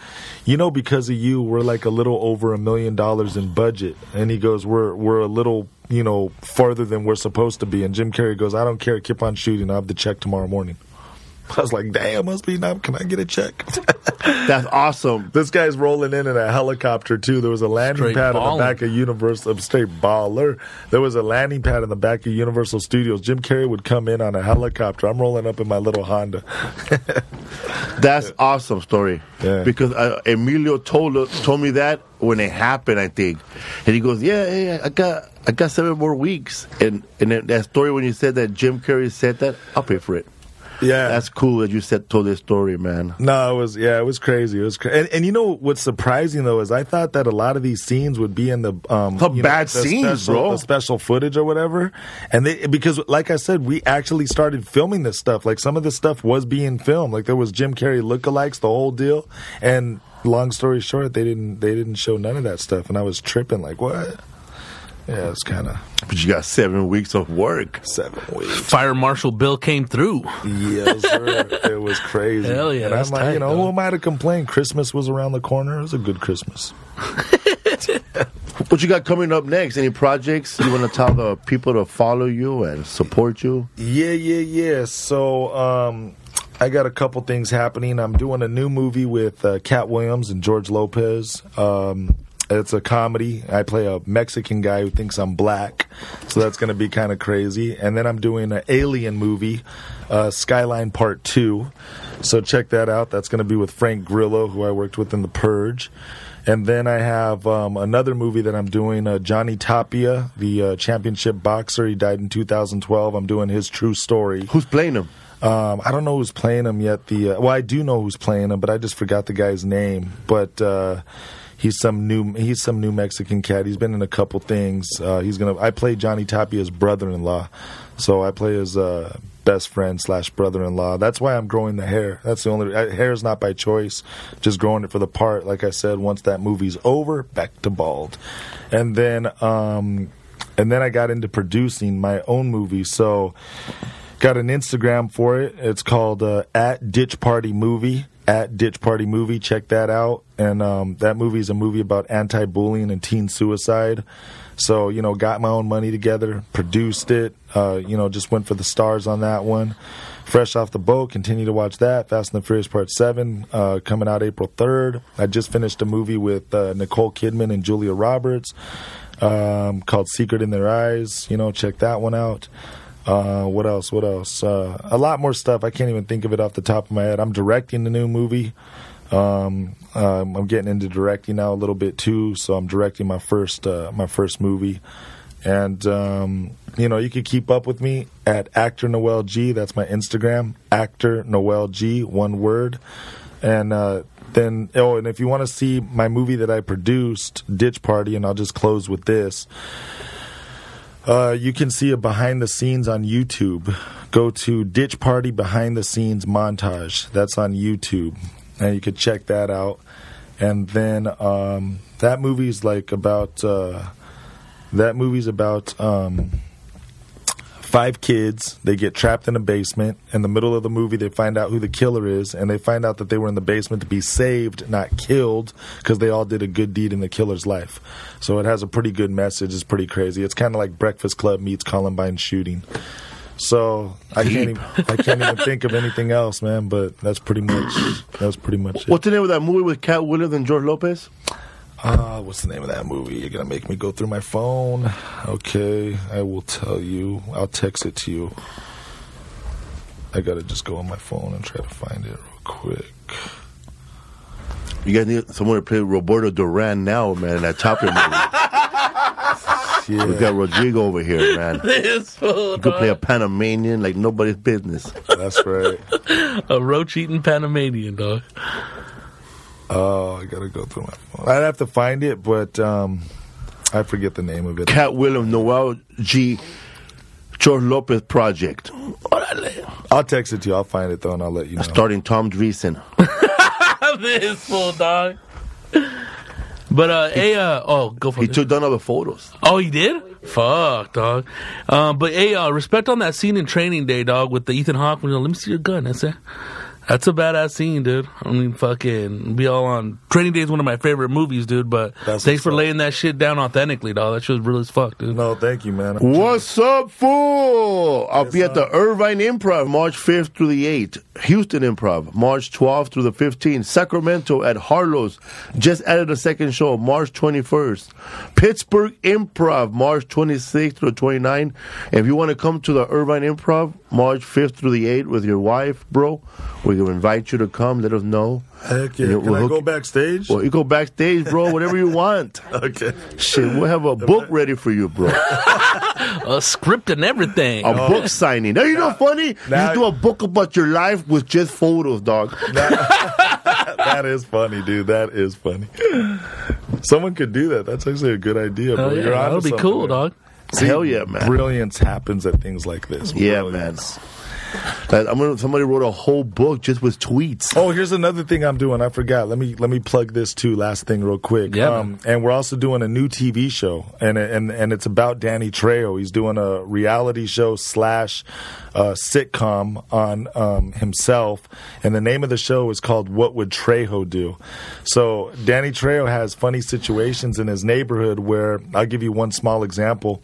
Speaker 9: You know, because of you, we're like a little over a million dollars in budget. And he goes, We're, we're a little. You know, farther than we're supposed to be. And Jim Carrey goes, I don't care. Keep on shooting. I'll have the check tomorrow morning. *laughs* I was like, damn, must be now. Can I get a check?
Speaker 7: That's awesome.
Speaker 9: this guy's rolling in in a helicopter, too. There was a landing
Speaker 4: Straight
Speaker 9: pad in
Speaker 4: baller.
Speaker 9: the back of Universal, um, straight baller. There was a landing pad in the back of Universal Studios. Jim Carrey would come in on a helicopter. I'm rolling up in my little Honda.
Speaker 7: That's awesome story.
Speaker 9: Yeah.
Speaker 7: Because uh, Emilio told told me that when it happened, I think, and he goes, "Yeah, yeah, yeah, I got I got seven more weeks." And and that- that story when you said that Jim Carrey said that, I'll pay for it.
Speaker 9: Yeah.
Speaker 7: that's cool that you said told this story, man.
Speaker 9: No, it was yeah, it was crazy. It was crazy. And, and you know what's surprising though is I thought that a lot of these scenes would be in the um
Speaker 7: The
Speaker 9: you know,
Speaker 7: bad scenes,
Speaker 9: special,
Speaker 7: bro.
Speaker 9: the special footage or whatever. And they because like I said, we actually started filming this stuff. Like some of this stuff was being filmed. Like there was Jim Carrey lookalikes, the whole deal. And long story short, they didn't they didn't show none of that stuff, and I was tripping like what. Yeah, it's kind of
Speaker 7: But you got seven weeks of work.
Speaker 9: seven weeks.
Speaker 4: Fire Marshal Bill came through.
Speaker 9: Yes, *laughs* sir. it was crazy.
Speaker 4: Hell yeah,
Speaker 9: And I'm
Speaker 4: that's
Speaker 9: like,
Speaker 4: tight,
Speaker 9: you know,
Speaker 4: though.
Speaker 9: who am I to complain? Christmas was around the corner. It was a good Christmas.
Speaker 7: What you got coming up next? Any projects you want to tell the people to follow you and support you?
Speaker 9: Yeah, yeah, yeah. So, um, I got a couple things happening. I'm doing a new movie with uh, Cat Williams and George Lopez. Um, it's a comedy. I play a Mexican guy who thinks I'm black, so that's going to be kind of crazy. And then I'm doing an alien movie, uh, Skyline Part Two. So check that out. That's going to be with Frank Grillo, who I worked with in The Purge. And then I have um, another movie that I'm doing, uh, Johnny Tapia, the uh, championship boxer. He died in 2012. I'm doing his true story.
Speaker 7: Who's playing him?
Speaker 9: Um, I don't know who's playing him yet. The uh, well, I do know who's playing him, but I just forgot the guy's name. But uh, he's some new he's some new Mexican cat. He's been in a couple things. Uh, he's gonna. I play Johnny Tapia's brother-in-law, so I play his uh, best friend slash brother-in-law. That's why I'm growing the hair. That's the only I, hair is not by choice. Just growing it for the part. Like I said, once that movie's over, back to bald, and then. Um, and then I got into producing my own movie. So got an Instagram for it. It's called uh, at Ditch Party Movie. At Ditch Party Movie, check that out. And um, that movie is a movie about anti-bullying and teen suicide. So you know, got my own money together, produced it. Uh, you know, just went for the stars on that one. Fresh off the boat, continue to watch that. Fast and the Furious Part Seven uh, coming out April third. I just finished a movie with uh, Nicole Kidman and Julia Roberts um, called Secret in Their Eyes. You know, check that one out. Uh, what else? What else? Uh, a lot more stuff. I can't even think of it off the top of my head. I'm directing the new movie. Um, um, I'm getting into directing now a little bit too, so I'm directing my first uh, my first movie. And um, you know, you could keep up with me at actor Noel G. That's my Instagram, actor Noel G. One word. And uh, then, oh, and if you want to see my movie that I produced, Ditch Party, and I'll just close with this. Uh, you can see a behind the scenes on YouTube. Go to Ditch Party Behind the Scenes Montage. That's on YouTube. And you could check that out. And then um, that movie's like about. Uh, that movie's about. Um, five kids. They get trapped in a basement. In the middle of the movie, they find out who the killer is, and they find out that they were in the basement to be saved, not killed, because they all did a good deed in the killer's life. So it has a pretty good message. It's pretty crazy. It's kind of like Breakfast Club meets Columbine shooting. So I can't even, I can't even think of anything else, man. But that's pretty much that's pretty much it.
Speaker 7: What's the name of that movie with Cat Williams and George Lopez?
Speaker 9: Uh, what's the name of that movie? You're gonna make me go through my phone. Okay, I will tell you. I'll text it to you. I gotta just go on my phone and try to find it real quick.
Speaker 7: You guys need someone to play Roberto Duran now, man. That Tapia movie. We
Speaker 9: Yeah,
Speaker 7: got Rodrigo over here, man.
Speaker 4: This fool,
Speaker 7: You could play
Speaker 4: dog.
Speaker 7: a Panamanian like nobody's business.
Speaker 9: *laughs* that's right.
Speaker 4: a roach eating Panamanian dog.
Speaker 9: Oh, I gotta go through my phone. I'd have to find it, but um, I forget the name of it.
Speaker 7: Cat Williams, Noel G. George Lopez Project.
Speaker 4: *laughs*
Speaker 9: I'll text it to you. I'll find it though, and I'll
Speaker 7: *laughs*
Speaker 9: let you know.
Speaker 7: Starting Tom Dreesen.
Speaker 4: this fool, dog. But uh, hey, uh, oh, go for
Speaker 7: He
Speaker 4: it.
Speaker 7: took down all the photos.
Speaker 4: Oh, you did? Fuck, dog. Um, but hey, uh, respect on that scene in Training Day, dog, with the Ethan Hawke. You know, Let me see your gun. That's it. That's a badass scene, dude. I mean, fucking, be all on. Training Day is one of my favorite movies, dude. But
Speaker 9: That's
Speaker 4: thanks for
Speaker 9: what's up.
Speaker 4: laying that shit down authentically, dog. That shit was real as fuck, dude.
Speaker 9: No, thank you, man.
Speaker 7: What's up, fool? I'll be at the Irvine Improv March 5th through the 8th, Houston Improv March 12th through the 15th, Sacramento at Harlow's, just added a second show March 21st, Pittsburgh Improv March 26th through the 29th. If you want to come to the Irvine Improv March 5th through the 8th with your wife, bro, we will invite you to come. Let us know.
Speaker 9: Heck yeah!
Speaker 7: We'll
Speaker 9: Can I
Speaker 7: hook-
Speaker 9: go backstage?
Speaker 7: Well, you go backstage, bro, whatever you want.
Speaker 9: *laughs* Okay.
Speaker 7: Shit, we'll have a book ready for you, bro.
Speaker 4: a script and everything.
Speaker 7: A
Speaker 9: Oh,
Speaker 7: book signing. Now you know funny?
Speaker 9: now-
Speaker 7: you do a book about your life with just photos, dog.
Speaker 9: that *laughs* is funny, dude. That is funny. Someone could do that. That's actually a good
Speaker 4: Hell
Speaker 9: idea. bro.
Speaker 4: Oh, yeah,
Speaker 9: You're
Speaker 4: that'll
Speaker 9: onto
Speaker 4: be
Speaker 9: something
Speaker 4: cool,
Speaker 9: there.
Speaker 4: dog.
Speaker 9: See,
Speaker 7: Hell yeah, man.
Speaker 9: Brilliance happens at things like this.
Speaker 7: Yeah, man.
Speaker 9: Brilliance.
Speaker 7: Like, I'm gonna, somebody wrote a whole book just with tweets.
Speaker 9: Oh, here's another thing I'm doing. I forgot. Let me let me plug this too. Last thing, real quick. Um,
Speaker 4: Yeah,
Speaker 9: and we're also doing a new TV show, and and and it's about Danny Trejo. He's doing a reality show slash uh, sitcom on um, himself, and the name of the show is called "What Would Trejo Do." So Danny Trejo has funny situations in his neighborhood. Where I'll give you one small example.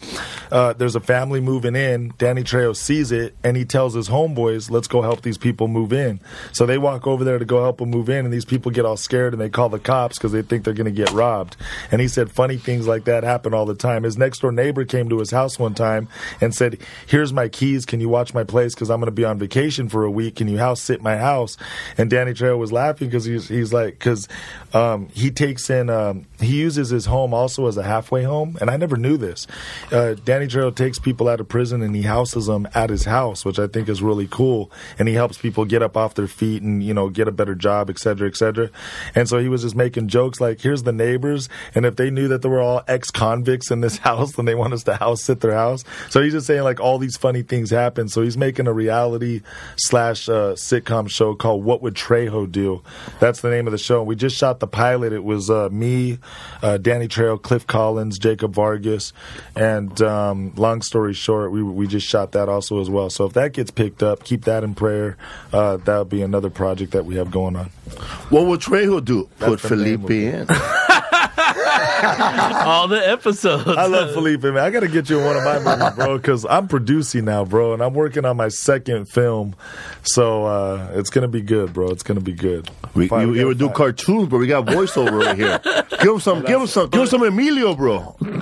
Speaker 9: Uh, there's a family moving in. Danny Trejo sees it, and he tells his homeboys, "Let's go help these people move in." So they walk over there to go help them move in, and these people get all scared and they call the cops because they think they're going to get robbed. And he said funny things like that happen all the time. His next door neighbor came to his house one time and said, "Here's my keys. Can you watch my place? Because I'm going to be on vacation for a week. Can you house sit my house?" And Danny Trejo was laughing because he's he's like because um, he takes in um, he uses his home also as a halfway home, and I never knew this. Uh, Danny Trejo takes people out of prison and he houses them at his house, which I think is really cool. And he helps people get up off their feet and you know get a better job, et cetera, et cetera. And so he was just making jokes like, "Here's the neighbors, and if they knew that there were all ex-convicts in this *laughs* house, then they want us to house sit their house." So he's just saying like all these funny things happen. So he's making a reality slash uh, sitcom show called "What Would Trejo Do." That's the name of the show. We just shot the pilot. It was uh, me, uh, Danny Trejo, Cliff Collins, Jacob Vargas, and um, long story short, we we just shot that also as well. So if that gets picked up, keep that in prayer. Uh, that would be another project that we have going on.
Speaker 7: What would Trejo do? Put
Speaker 9: the name
Speaker 7: Felipe
Speaker 9: of it. *laughs*
Speaker 7: in.
Speaker 4: All the episodes.
Speaker 9: I love Felipe, man. I got to get you in one of my movies, bro, because I'm producing now, bro, and I'm working on my second film. So uh, it's going to be good, bro. It's going to be good.
Speaker 7: We,
Speaker 9: Fine,
Speaker 7: you,
Speaker 9: we
Speaker 7: you
Speaker 9: got
Speaker 7: would do
Speaker 9: five.
Speaker 7: cartoons, but we got voiceover right
Speaker 9: *laughs*
Speaker 7: here. Give him some, give him some, give him some Emilio, bro. *laughs*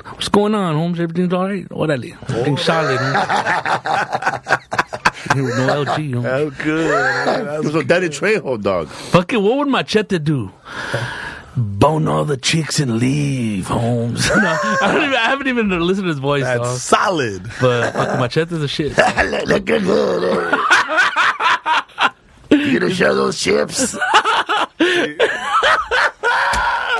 Speaker 4: What's going on, Holmes? Everything's all right? Órale. Everything's solid.
Speaker 9: *laughs*
Speaker 4: huh? Here with no LG. huh?
Speaker 9: That's good.
Speaker 7: Give him some Danny Trejo, dog.
Speaker 4: Fucking, what would Machete do? Bone all the chicks and leave, Holmes. *laughs* No, I, don't even, I haven't even listened to his voice,
Speaker 9: That's
Speaker 4: dog.
Speaker 9: solid.
Speaker 4: But fucking Machete's a shit.
Speaker 7: Look at that. You gonna show those
Speaker 9: *laughs*
Speaker 7: chips?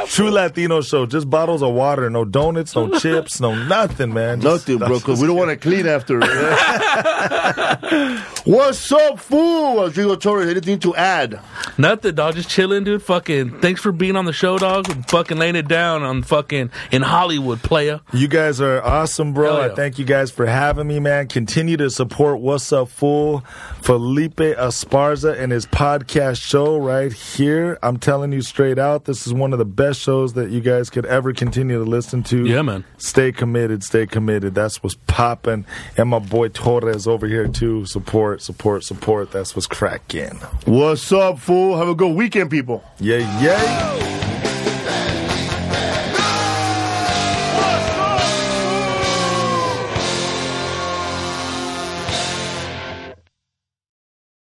Speaker 9: True Latino show. Just bottles of water, no donuts, *laughs* no chips, no nothing, man. Just-
Speaker 7: Nothing, bro, because we don't want to clean after. *laughs*
Speaker 9: *laughs*
Speaker 7: What's up, fool? Rodrigo Torres, anything to add?
Speaker 4: Nothing, dog. Just chilling, dude. Fucking, thanks for being on the show, dog. and Fucking laying it down on fucking in Hollywood, player.
Speaker 9: You guys are awesome, bro.
Speaker 4: Hell yeah.
Speaker 9: I thank you guys for having me, man. Continue to support What's Up Fool, Felipe Asparza, and his podcast show right here. I'm telling you straight out, this is one of the best shows that you guys could ever continue to listen to.
Speaker 4: Yeah, man.
Speaker 9: Stay committed, stay committed. That's what's popping. And my boy Torres over here, too. Support, support, support. That's what's cracking.
Speaker 7: What's up, fool? Have a good weekend, people.
Speaker 9: Yeah, yeah.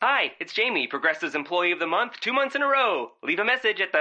Speaker 5: Hi, it's Jamie, Progressive's Employee of the Month, two months in a row. Leave a message at the.